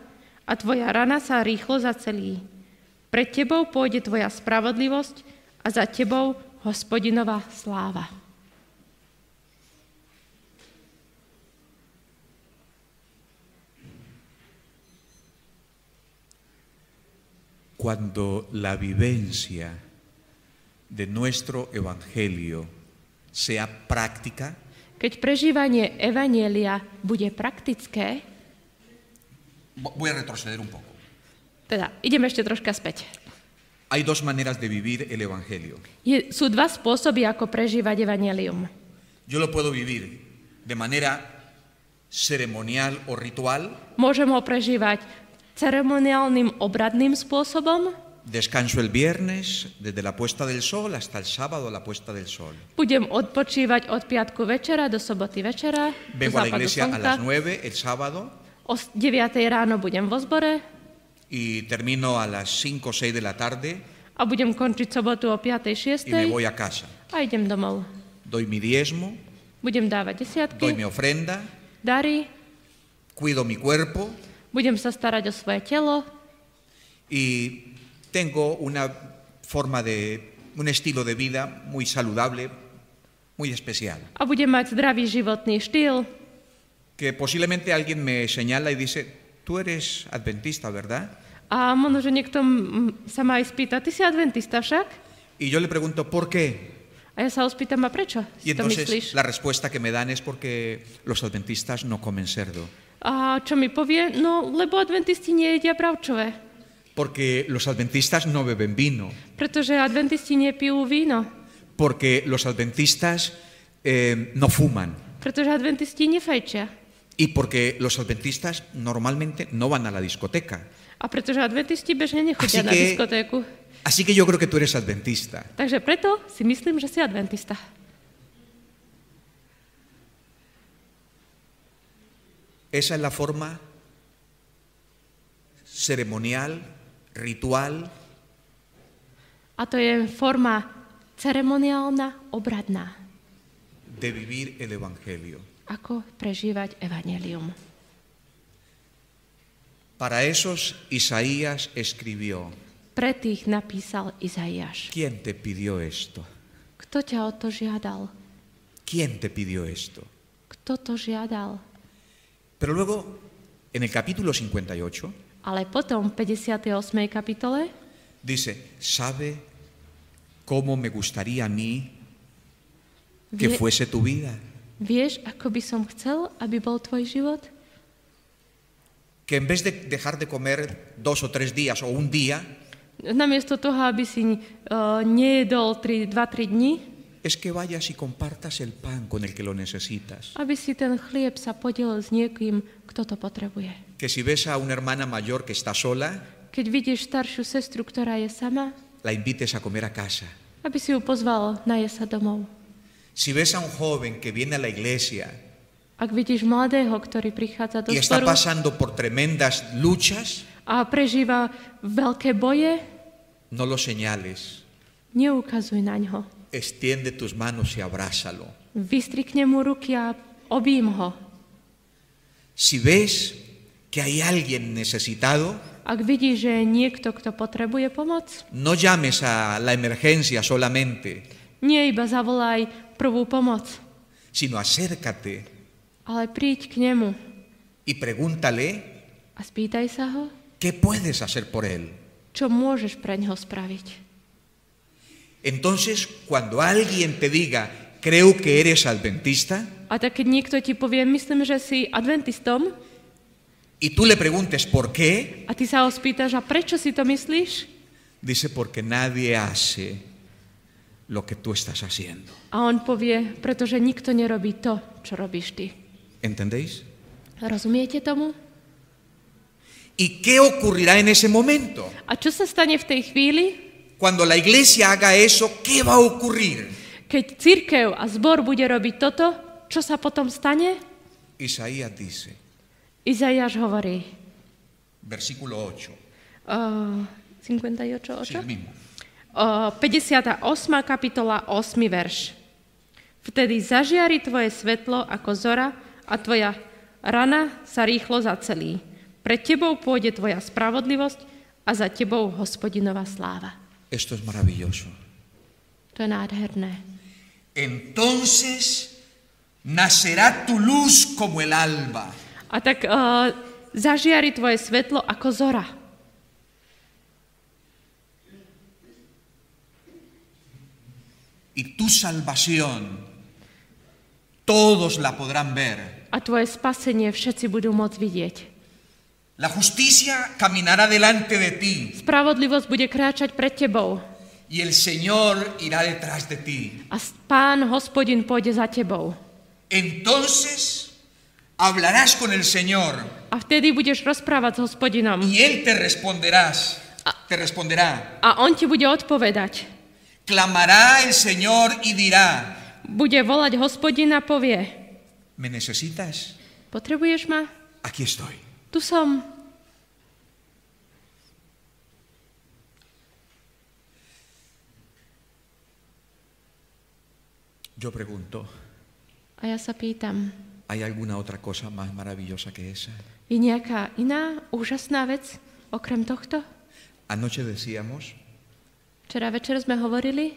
B: a tvoja rana sa rýchlo zacelí. Pred tebou pôjde tvoja spravodlivosť a za tebou hospodinová sláva.
A: Cuando la vivencia de nuestro Evangelio sea práctica,
B: Keď prežívanie Evanielia bude praktické,
A: vo- voy a retroceder un poco.
B: teda ideme ešte troška späť.
A: Hay dos maneras de vivir el Evangelio.
B: Je, sú dva spôsoby, ako prežívať Evangelium.
A: Yo lo puedo vivir de manera ceremonial o ritual,
B: Môžem ho prežívať ceremoniálnym obradným spôsobom,
A: descanso el viernes desde la puesta del sol hasta el sábado a la puesta del sol.
B: budem odpočívať od piatku večera do soboty večera, do
A: Vengo a la
B: západu
A: iglesia a las
B: slnka.
A: 9 el sábado
B: O s- 9. ráno budem vo zbore
A: y termino a las 5 o 6 de la tarde
B: a budem končiť sobotu o 5.
A: y me
B: 6.
A: voy a casa.
B: a idem domov.
A: Doy mi diezmo,
B: Budem
A: doy
B: dávať
A: mi
B: desiatky,
A: ofrenda,
B: dary,
A: cuido mi cuerpo
B: budem sa starať o svoje telo
A: y tengo una forma de, un estilo de vida muy saludable, muy especial.
B: a budem mať zdravý životný štýl.
A: que posiblemente alguien me señala y dice, tú eres adventista, ¿verdad?
B: A možno, že niekto mm, sa ma aj spýta, ty si adventista však?
A: Y yo le pregunto, ¿por qué?
B: A ja sa ho spýtam, a prečo
A: Y
B: si to
A: entonces
B: myslíš?
A: la respuesta que me dan es porque los adventistas no comen cerdo,
B: A čo mi povie? No, lebo adventisti nejedia bravčové,
A: porque los adventistas no beben vino,
B: pretože adventisti nepijú víno,
A: porque los adventistas eh, no fuman
B: pretože adventisti nefajčia
A: y porque los adventistas normalmente no van a la discoteca.
B: a pretože adventisti bežne nechodia
A: Asi
B: na
A: ke-
B: diskotéku.
A: Así que yo creo que tú eres adventista.
B: Takže preto si myslím, že si adventista.
A: Esa es la forma ceremonial, ritual,
B: A to je forma ceremoniálna, obradná,
A: de vivir el Evangelio.
B: ako prežívať evanelium.
A: Para esos Isaías escribió,
B: Pre tých napísal Izaiáš.
A: ¿quién te pidió esto?
B: Kto ťa o to žiadal?
A: ¿Quién te pidió esto?
B: Kto to žiadal?
A: Pero luego, en el capítulo 58,
B: Ale potom v 58. kapitole
A: dice, ¿sabe cómo me gustaría a mí que
B: vie,
A: fuese tu vida?
B: vieš, ako by som chcel, aby bol tvoj život?
A: Que en vez de dejar de comer dos o tres días o un día,
B: Namiesto toho, aby si uh, nejedol 2-3 dní,
A: es que vayas y compartas el pan con el que lo necesitas.
B: aby si ten chlieb sa podielil s niekým, kto to potrebuje.
A: Que si ves a una hermana mayor que está sola,
B: Keď vidíš staršiu sestru, ktorá je sama,
A: la invites a comer a casa.
B: aby si ju pozval na sa domov.
A: Si ves a un joven que viene a la iglesia
B: Ak vidíš mladého, ktorý prichádza do
A: y está
B: zboru
A: pasando por tremendas luchas,
B: a prežíva veľké boje,
A: no lo señales.
B: neukazuj na ňo.
A: Extiende tus manos y abrázalo.
B: Vystrikne mu ruky a objím ho.
A: Si ves que hay alguien necesitado,
B: Ak vidíš, že je niekto, kto potrebuje pomoc,
A: no llames a la emergencia solamente,
B: nie iba zavolaj prvú pomoc,
A: sino acércate
B: ale príď k nemu
A: y pregúntale
B: a spýtaj sa ho,
A: qué puedes hacer por él.
B: čo môžeš pre neho spraviť.
A: Entonces, cuando alguien te diga, creo que eres adventista,
B: A tak keď niekto ti povie, myslím, že si adventistom
A: y tú le preguntes por qué,
B: a ty sa ho spýtaš, a prečo si to myslíš?
A: dice, porque nadie hace lo que tú estás haciendo.
B: A on povie, pretože nikto nerobí to, čo robíš ty.
A: ¿Entendéis?
B: Rozumiete tomu?
A: ¿Y qué ocurrirá en ese momento?
B: A čo sa stane v tej chvíli,
A: Cuando la iglesia haga eso, ¿qué va a ocurrir?
B: keď církev a zbor bude robiť toto, čo sa potom stane?
A: Isaías dice,
B: Izajáš hovorí,
A: versículo 8,
B: uh, 58,
A: sí,
B: očo?
A: el mismo.
B: O, 58. kapitola 8. verš. Vtedy zažiari tvoje svetlo ako zora a tvoja rana sa rýchlo zacelí. Pred tebou pôjde tvoja spravodlivosť a za tebou hospodinová sláva.
A: Esto es maravilloso.
B: To je nádherné.
A: Entonces nacerá tu luz como el alba.
B: A tak uh, zažiari tvoje svetlo ako zora.
A: y tu salvación todos la podrán ver.
B: A tvoje spasenie všetci budú môcť vidieť.
A: La justicia caminará delante de ti
B: Spravodlivosť bude kráčať pred tebou
A: y el Señor irá detrás de ti.
B: a s- pán hospodin pôjde za tebou.
A: Entonces hablarás con el Señor
B: A vtedy budeš rozprávať s hospodinom.
A: y Él te responderás, te responderá.
B: A on ti bude odpovedať.
A: Clamará el Señor y dirá,
B: Bude volať hospodina, povie,
A: ¿me necesitas?
B: potrebuješ ma?
A: Aquí estoy.
B: Tu som.
A: Yo pregunto,
B: A ja sa pýtam,
A: ¿hay alguna otra cosa más maravillosa que esa?
B: je nejaká iná úžasná vec okrem tohto?
A: Anoche decíamos
B: Včera večer sme hovorili,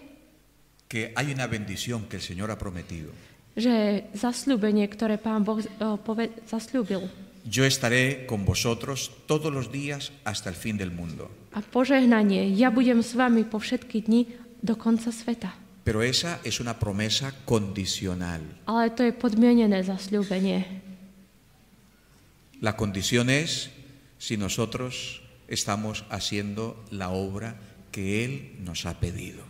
A: que hay una bendición que el Señor ha prometido.
B: že zasľúbenie, ktoré pán Boh o, pove- zasľúbil
A: Yo estaré con vosotros todos los días hasta el fin del mundo.
B: a požehnanie, ja budem s vami po všetky dni do konca sveta.
A: Pero esa es una promesa condicional.
B: Ale to je podmienené zasľúbenie.
A: La condición es si nosotros estamos haciendo la obra que Él nos ha pedido.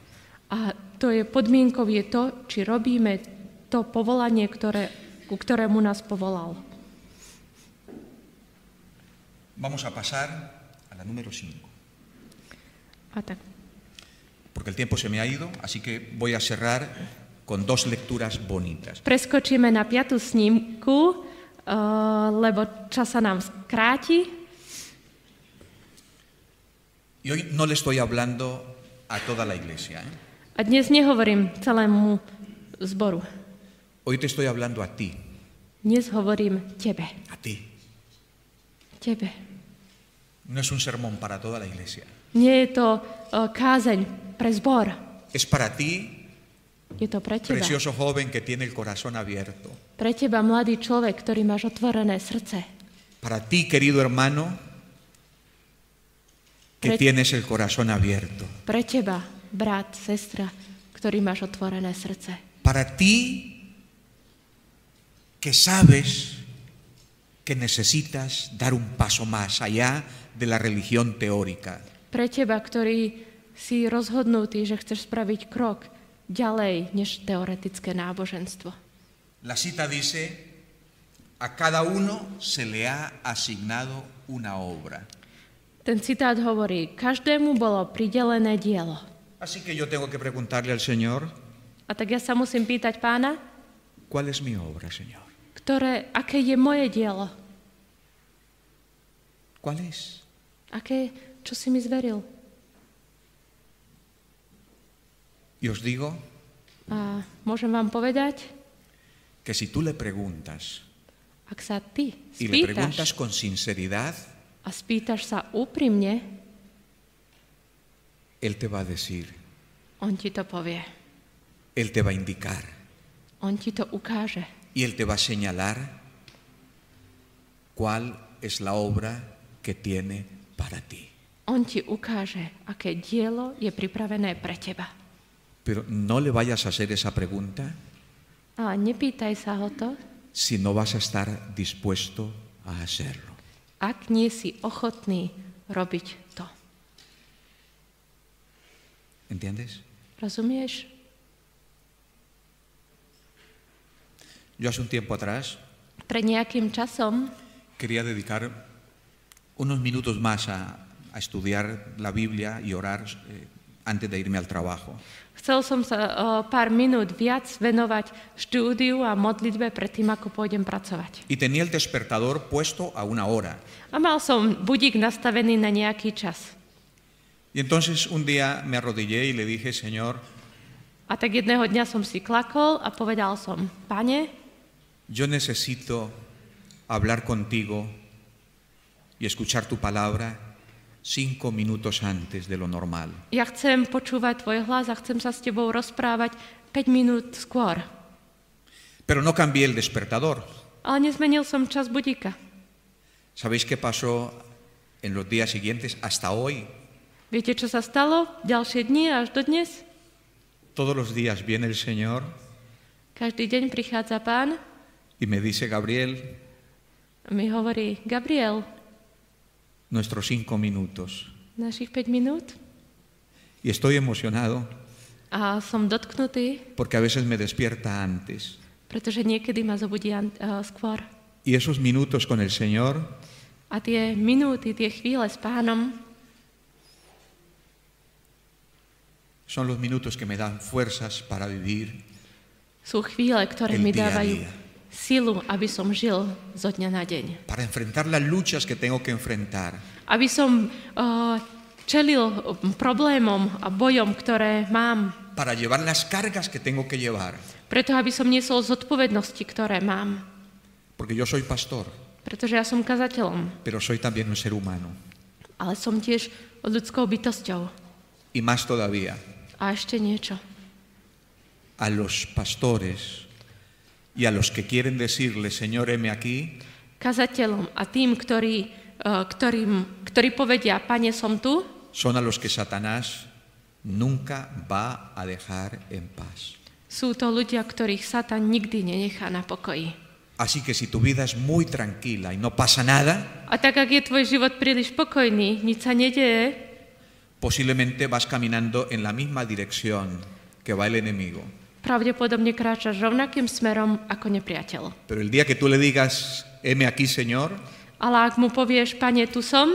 B: A to je podmienkou je to, či robíme to povolanie, ktoré, ku ktorému nás povolal.
A: Vamos a pasar a la número 5,
B: A tak
A: porque el tiempo se me ha ido, así que voy a cerrar con dos lecturas bonitas.
B: Preskočíme na piatu snímku, eh, lebo čas sa nám skráti.
A: Y hoy no le estoy hablando a toda la iglesia, ¿eh?
B: A dnes nehovorím celému zboru.
A: hoy te estoy hablando a ti,
B: Dnes hovorím tebe.
A: a ti.
B: Tebe.
A: No es un sermón para toda la iglesia.
B: Nie je to eh, kázeň pre zbor.
A: Es para ti,
B: Je to pre teba.
A: precioso joven que tiene el corazón abierto.
B: Pre teba, mladý človek, ktorý máš otvorené srdce.
A: Para ti, querido hermano, que
B: Pre-
A: tienes el corazón abierto.
B: Pre teba, brat, sestra, ktorý máš otvorené srdce.
A: Para ti, que sabes que necesitas dar un paso más allá de la religión teórica.
B: Pre teba, ktorý si rozhodnutý, že chceš spraviť krok ďalej než teoretické náboženstvo.
A: La cita dice, a cada uno se le ha asignado una obra.
B: Ten citát hovorí, každému bolo pridelené dielo.
A: Así que yo tengo que preguntarle al Señor,
B: A tak ja sa musím pýtať pána,
A: ¿cuál es mi obra, Señor?
B: ktoré, aké je moje dielo?
A: ¿Cuál es?
B: Aké, čo si mi zveril?
A: Y os digo
B: A môžem vám povedať,
A: que si tú le preguntas,
B: ak Ak sa ty
A: y le
B: spýtaš
A: preguntas con sinceridad,
B: a spýtaš sa úprimne,
A: Él te va a decir,
B: on ti to povie.
A: Él te va a indicar
B: On ti to ukáže.
A: y Él te va a señalar cuál es la obra que tiene para ti.
B: On ti ukáže, aké dielo je pripravené pre teba.
A: Pero no le vayas a hacer esa pregunta
B: A nepýtaj sa ho to,
A: si no vas a estar dispuesto a hacerlo.
B: ak nie si ochotný robiť to.
A: ¿Entiendes?
B: Rozumieš?
A: Yo hace un tiempo atrás
B: Pred nejakým časom
A: quería dedicar unos minutos más a, a estudiar la Biblia y orar eh, antes de irme al trabajo.
B: chcel som sa o, pár minút viac venovať štúdiu a modlitbe predtým, ako pôjdem pracovať.
A: Y tenía el despertador puesto a una hora.
B: A mal som budík nastavený na nejaký čas.
A: Y entonces un día me arrodillé y le dije, Señor,
B: A tak jedného dňa som si klakol a povedal som, pane,
A: yo necesito hablar contigo y escuchar tu palabra cinco minutos antes de lo normal.
B: ja chcem počúvať tvoj hlas a chcem sa s tebou rozprávať 5 minút skôr.
A: Pero no cambié el despertador.
B: Ale nezmenil som čas budíka.
A: ¿Sabéis qué pasó en los días siguientes hasta hoy?
B: Viete, čo sa stalo? Ďalšie dni až do dnes?
A: Todos los días viene el Señor
B: Každý deň prichádza pán
A: y me dice, Gabriel,
B: a mi hovorí, Gabriel,
A: nuestros cinco minutos.
B: našich 5 minút.
A: Y estoy emocionado
B: A som dotknutý,
A: porque a veces me despierta antes.
B: pretože niekedy ma zobudí an- eh, skôr.
A: Y esos minutos con el Señor
B: A tie minúty, tie chvíle s pánom
A: son los minutos que me dan fuerzas para vivir.
B: sú chvíle, ktoré
A: El
B: mi
A: día a
B: dávajú
A: día.
B: silu, aby som žil zo dňa na deň.
A: para enfrentar las luchas que tengo que enfrentar.
B: Aby som eh, čelil eh, problémom a bojom, ktoré mám.
A: para llevar las cargas que tengo que llevar,
B: Preto, aby som niesol zodpovednosti, ktoré mám.
A: porque yo soy pastor,
B: Pretože ja som kazateľom,
A: pero soy también un ser humano,
B: ale som tiež ľudskou bytosťou.
A: y más todavía,
B: A ešte niečo.
A: a los pastores y a los que quieren decirle, Señor, heme aquí,
B: Kazateľom a tým, ktorí, eh, ktorým, ktorí povedia, pane, som tu,
A: son a los que Satanás nunca va a dejar en paz.
B: sú to ľudia, ktorých Satan nikdy nenechá na pokoji.
A: Así que si tu vida es muy tranquila y no pasa nada,
B: A tak, ak je tvoj život príliš pokojný, nič sa nedeje,
A: posiblemente vas caminando en la misma dirección que va el enemigo.
B: pravdepodobne kráčaš rovnakým smerom ako nepriateľ.
A: Pero el día que tú le digas, heme aquí, Señor,
B: Ale ak mu povieš, pane, tu som,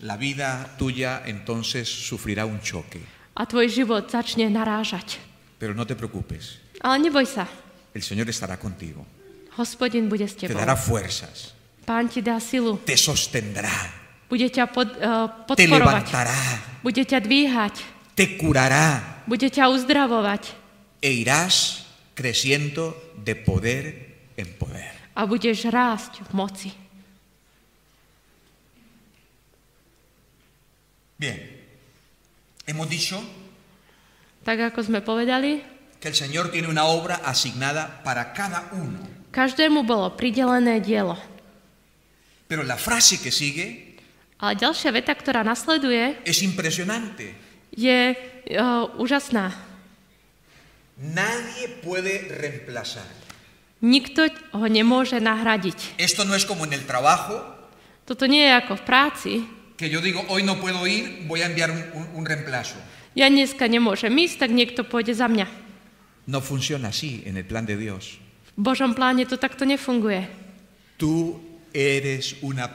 A: La vida tuya entonces sufrirá un choque,
B: a tvoj život začne narážať.
A: pero no te preocupes,
B: Ale neboj sa,
A: el Señor estará contigo,
B: hospodin bude s
A: te
B: tebou.
A: dará fuerzas,
B: Pán ti dá silu,
A: te sostendrá,
B: bude ťa pod, eh,
A: te
B: podporovať,
A: levantará,
B: bude ťa dvíhať,
A: te curará
B: bude ťa uzdravovať
A: e irás creciendo de poder en poder.
B: a budeš rásť v moci.
A: Bien, hemos dicho
B: Tak ako sme povedali,
A: que el Señor tiene una obra asignada para cada uno,
B: každému bolo pridelené dielo.
A: pero la frase que sigue
B: Ale ďalšia veta, ktorá nasleduje,
A: es impresionante.
B: je uh, úžasná.
A: Nadie puede reemplazar.
B: Nikto ho nemôže nahradiť.
A: Esto no es como en el trabajo,
B: Toto nie je ako v práci.
A: que yo digo, hoy no puedo ir, voy a enviar un, un- un reemplazo.
B: Ja dneska nemôžem ísť, tak niekto pôjde za mňa.
A: No funciona así en el plan de Dios.
B: V Božom pláne to takto nefunguje.
A: Tú eres una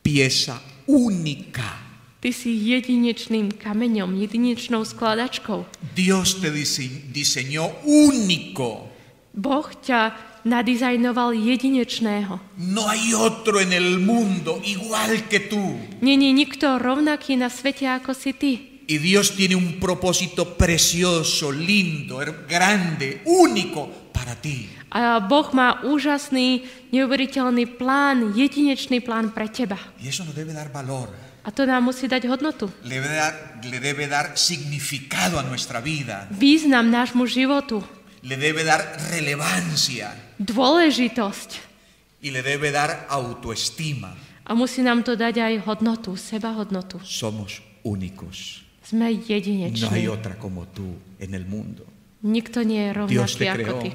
A: pieza única.
B: Ty si jedinečným kameňom, jedinečnou skladačkou.
A: Dios te dise- diseñó único.
B: Boh ťa nadizajnoval jedinečného.
A: No hay otro en el mundo igual que tú.
B: Není nikto rovnaký na svete ako si ty.
A: Y Dios tiene un propósito precioso, lindo, her- er, grande, único para ti.
B: A Boh má úžasný, neuveriteľný plán, jedinečný plán pre teba.
A: Y eso nos debe dar valor,
B: A to nám musí dať hodnotu.
A: le debe dar, le debe dar significado a nuestra vida,
B: Význam nášmu životu,
A: le debe dar relevancia
B: dôležitosť.
A: y le debe dar autoestima.
B: A musí nám to dať aj hodnotu, sebahodnotu.
A: Somos únicos. No
B: Sme
A: hay
B: jedineční.
A: otra como tú en el mundo.
B: Nikto nie je
A: Dios
B: rovnaký
A: te
B: ako
A: creó
B: ty.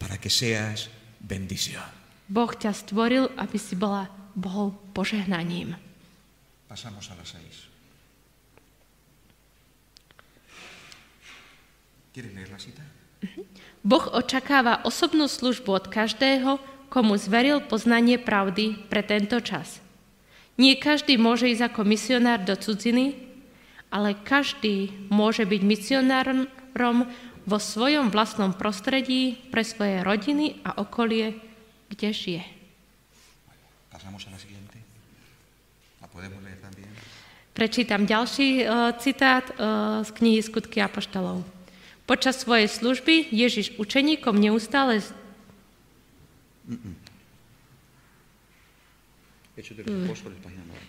A: para que seas bendición.
B: Boh ťa stvoril, aby si bola bol požehnaním.
A: Pasamos a las seis. ¿Quieres leer la cita?
B: Boh očakáva osobnú službu od každého, komu zveril poznanie pravdy pre tento čas. Nie každý môže ísť ako misionár do cudziny, ale každý môže byť misionárom vo svojom vlastnom prostredí pre svoje rodiny a okolie, kde žije.
A: Pasamos a la siguiente. La podemos leer también.
B: Prečítam ďalší e, citát e, z knihy Skutky apoštolov. Počas svojej služby Ježiš učeníkom neustále... z-
A: Hechos de los Apóstoles, página 90.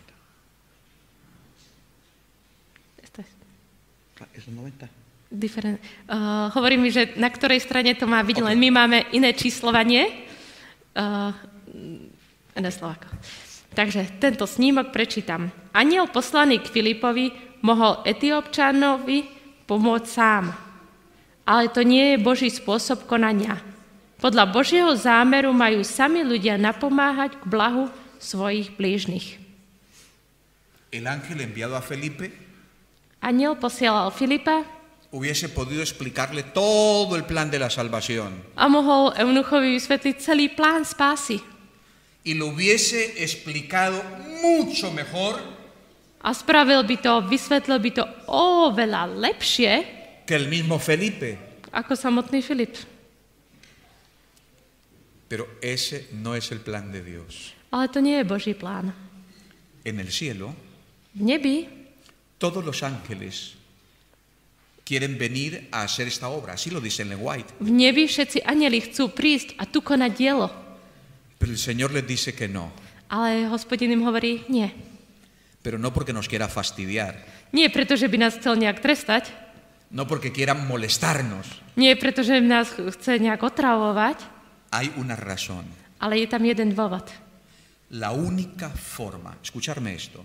A: Ah, ¿Es el 90?
B: Different. Uh, hovorí mi, že na ktorej strane to má byť, len my máme iné číslovanie. Eh, Uh, na Slováko. Takže tento snímok prečítam. Aniel poslaný k Filipovi mohol Etiopčanovi pomôcť sám. Ale to nie je Boží spôsob konania. Podľa Božieho zámeru majú sami ľudia napomáhať k blahu svojich blížnych.
A: El ángel enviado a Felipe
B: Aniel posielal Filipa
A: hubiese podido explicarle todo el plan de la salvación
B: a mohol Eunuchovi vysvetliť celý plán spásy.
A: y lo hubiese explicado mucho mejor
B: A spravil by to, vysvetlil by to oveľa lepšie
A: que el mismo Felipe.
B: ako samotný Filip.
A: Pero ese no es el plan de Dios.
B: Ale to nie je Boží plán.
A: En el cielo,
B: V nebi
A: todos los ángeles quieren venir a hacer esta obra, así lo dice Ellen White.
B: v nebi všetci anieli chcú prísť a tu konať dielo.
A: Pero el Señor les dice que no,
B: Ale hospodin im hovorí, nie.
A: pero no porque nos quiera fastidiar,
B: Nie preto, že by nás chcel nejak trestať,
A: no porque quieran molestarnos.
B: nie preto, že nás chce nejak otravovať,
A: Hay una razón.
B: ale je tam jeden dôvod.
A: La única forma, escucharme esto,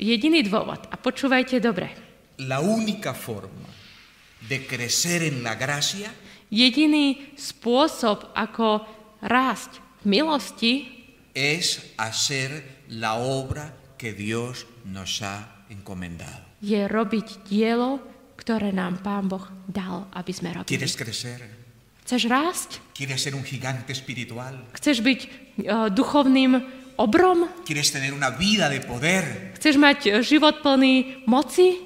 B: Jediný dôvod. A počúvajte dobre.
A: la única forma de crecer en la gracia
B: Jediný spôsob, ako rásť v milosti,
A: es hacer la obra que Dios nos ha encomendado.
B: je robiť dielo, ktoré nám Pán Boh dal, aby sme robili.
A: ¿Quieres crecer?
B: Chceš rásť?
A: ¿Quieres ser un gigante espiritual?
B: Chceš byť e, duchovným obrom?
A: ¿Quieres tener una vida de poder?
B: Chceš mať e, život plný moci?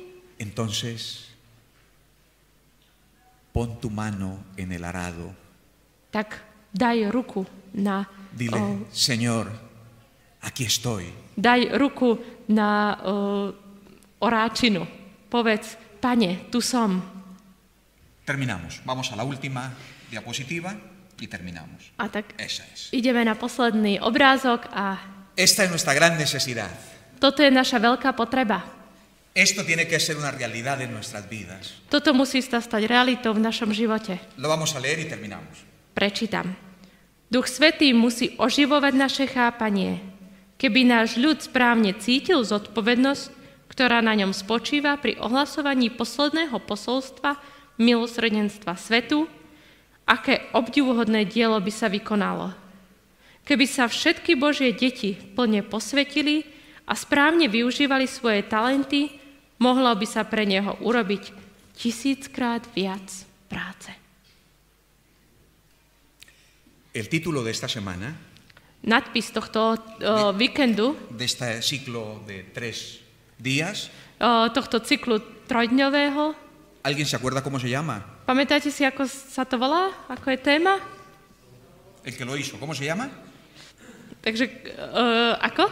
A: Entonces, pon tu mano en el arado.
B: Tak daj ruku na... e,
A: Dile,
B: o,
A: Señor, aquí estoy.
B: daj ruku na o, oráčinu. Povedz, pane, tu som.
A: Terminamos. Vamos a la última diapositiva y terminamos.
B: A tak
A: Esa es.
B: ideme na posledný obrázok a
A: Esta es nuestra gran necesidad.
B: toto je naša veľká potreba.
A: Esto tiene que ser una realidad en nuestras vidas.
B: Toto musí sa stať realitou v našom živote.
A: Lo vamos a leer y terminamos.
B: Prečítam. Duch Svetý musí oživovať naše chápanie. Keby náš ľud správne cítil zodpovednosť, ktorá na ňom spočíva pri ohlasovaní posledného posolstva milosrdenstva svetu, aké obdivuhodné dielo by sa vykonalo. Keby sa všetky Božie deti plne posvetili a správne využívali svoje talenty, mohlo by sa pre neho urobiť tisíckrát viac práce.
A: El título de esta semana,
B: Nadpis tohto uh, víkendu,
A: de este ciclo de tres días,
B: uh, tohto cyklu trojdňového,
A: ¿alguien se acuerda cómo se llama?
B: pamätáte si, ako sa to volá? Ako je téma?
A: El que lo hizo, ¿cómo se llama?
B: Takže, uh, ako?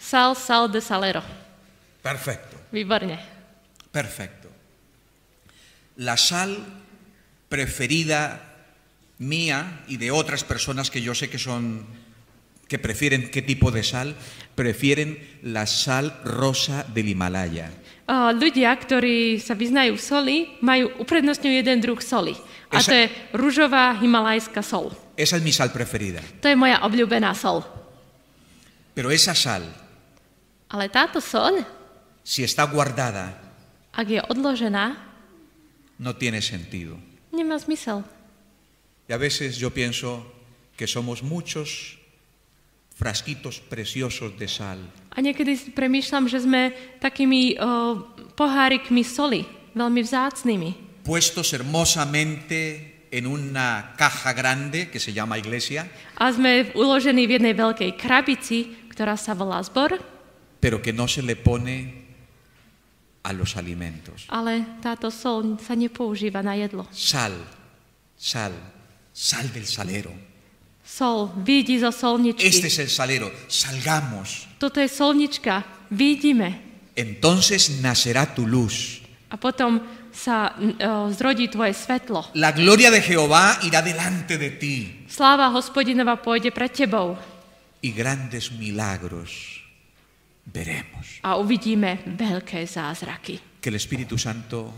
B: Sal, sal de salero.
A: Perfecto,
B: Výborne.
A: perfecto. la sal preferida mía y de otras personas que yo sé que son que prefieren qué tipo de sal, prefieren la sal rosa del Himalaya.
B: A Eh, Ľudia, ktorí sa vyznajú v soli, majú uprednostňujú jeden druh soli. A
A: Esa-
B: to je rúžová himalajská sol.
A: Esa es mi sal preferida.
B: To je moja obľúbená sol.
A: Pero esa sal,
B: Ale táto sol,
A: si está guardada,
B: ak je odložená,
A: no tiene sentido.
B: nemá zmysel.
A: Y a veces yo pienso que somos muchos frasquitos preciosos de sal,
B: A niekedy si premýšľam, že sme takými o, pohárikmi soli, veľmi vzácnými,
A: puestos hermosamente en una caja grande que se llama iglesia,
B: A sme uložení v jednej veľkej krabici, ktorá sa volá zbor,
A: pero que no se le pone a los alimentos.
B: ale táto sol sa nepoužíva na jedlo.
A: Sal, sal, sal del salero.
B: Sol, vidí zo solničky.
A: Este es el salero, salgamos.
B: Toto je solnička, vidíme.
A: Entonces nacerá tu luz.
B: A potom sa n- o, zrodí tvoje svetlo.
A: La gloria de Jehová irá delante de ti.
B: Sláva hospodinova pôjde pred tebou
A: y grandes milagros veremos.
B: a uvidíme veľké zázraky.
A: Que el Espíritu Santo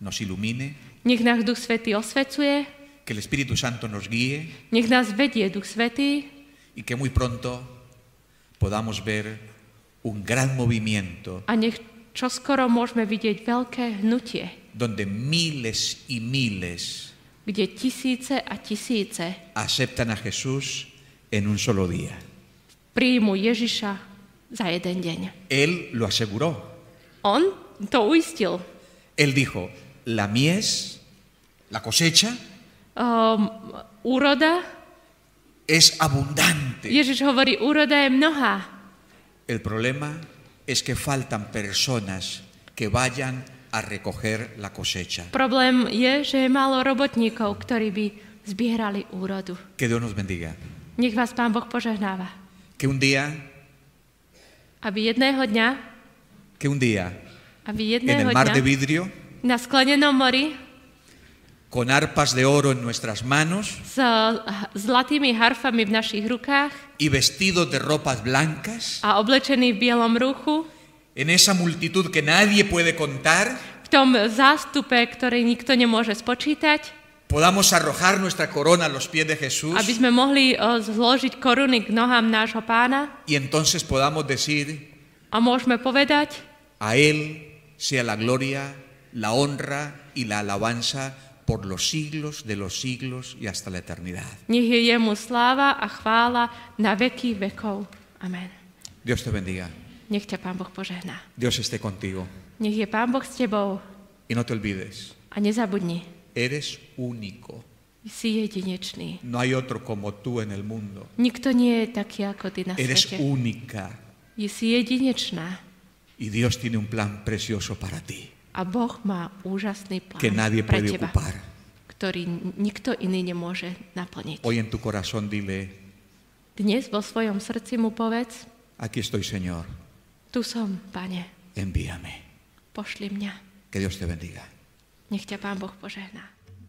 A: nos ilumine,
B: Nech nás Duch Svetý osvecuje,
A: que el Espíritu Santo nos guíe
B: nech nás vedie Duch Svetý
A: y que muy pronto podamos ver un gran movimiento
B: a nech čoskoro môžeme vidieť veľké hnutie,
A: donde miles y miles
B: kde tisíce a tisíce
A: aceptan a Jesús en un solo día.
B: príjmu Ježiša za jeden deň.
A: Él lo aseguró.
B: On to uistil.
A: Él dijo, la mies, la cosecha,
B: Um, úroda,
A: es abundante.
B: Ježiš hovorí, úroda je mnohá,
A: El problema es que faltan personas que vayan a recoger la cosecha.
B: Problém je, že je málo robotníkov, ktorí by zbierali úrodu.
A: Que Dios nos bendiga.
B: Nech vás Pán Boh požehnáva,
A: Que un día,
B: aby jedného dňa,
A: que un día,
B: aby
A: en
B: jedného
A: el mar de
B: dňa
A: vidrio,
B: na sklenenom mori
A: con arpas de oro en nuestras manos
B: s h- zlatými harfami v našich rukách
A: y vestidos de ropas blancas,
B: a oblečený v bielom ruchu,
A: en esa multitud que nadie puede contar,
B: v tom zástupe, ktorý nikto nemôže spočítať,
A: podamos arrojar nuestra corona a los pies de Jesús
B: aby sme mohli o, zložiť koruny k nohám nášho pána
A: y entonces podamos decir,
B: a môžeme povedať,
A: a Él sea la gloria, la honra y la alabanza por los siglos de los siglos y hasta la eternidad.
B: nech je jemu sláva a chvála na veky vekov. Amen.
A: Dios te bendiga.
B: Nech ťa Pán Boh požehná.
A: Dios esté contigo.
B: Nech je Pán Boh s tebou
A: Y no te olvides,
B: a nezabudni,
A: eres único.
B: si jedinečný.
A: No hay otro como tú en el mundo.
B: Nikto nie je taký ako ty na
A: Eres
B: svete.
A: única.
B: Je si jedinečná
A: Y Dios tiene un plan precioso para ti,
B: a Boh má úžasný plán
A: que nadie
B: pre
A: puede
B: teba,
A: ocupar.
B: ktorý nikto iný nemôže naplniť.
A: Hoy en tu corazón dile,
B: Dnes vo svojom srdci mu povedz,
A: aquí estoy Señor,
B: tu som, Pane,
A: envíame.
B: pošli mňa.
A: Que Dios te bendiga.
B: Nech ťa Pán Boh požehná.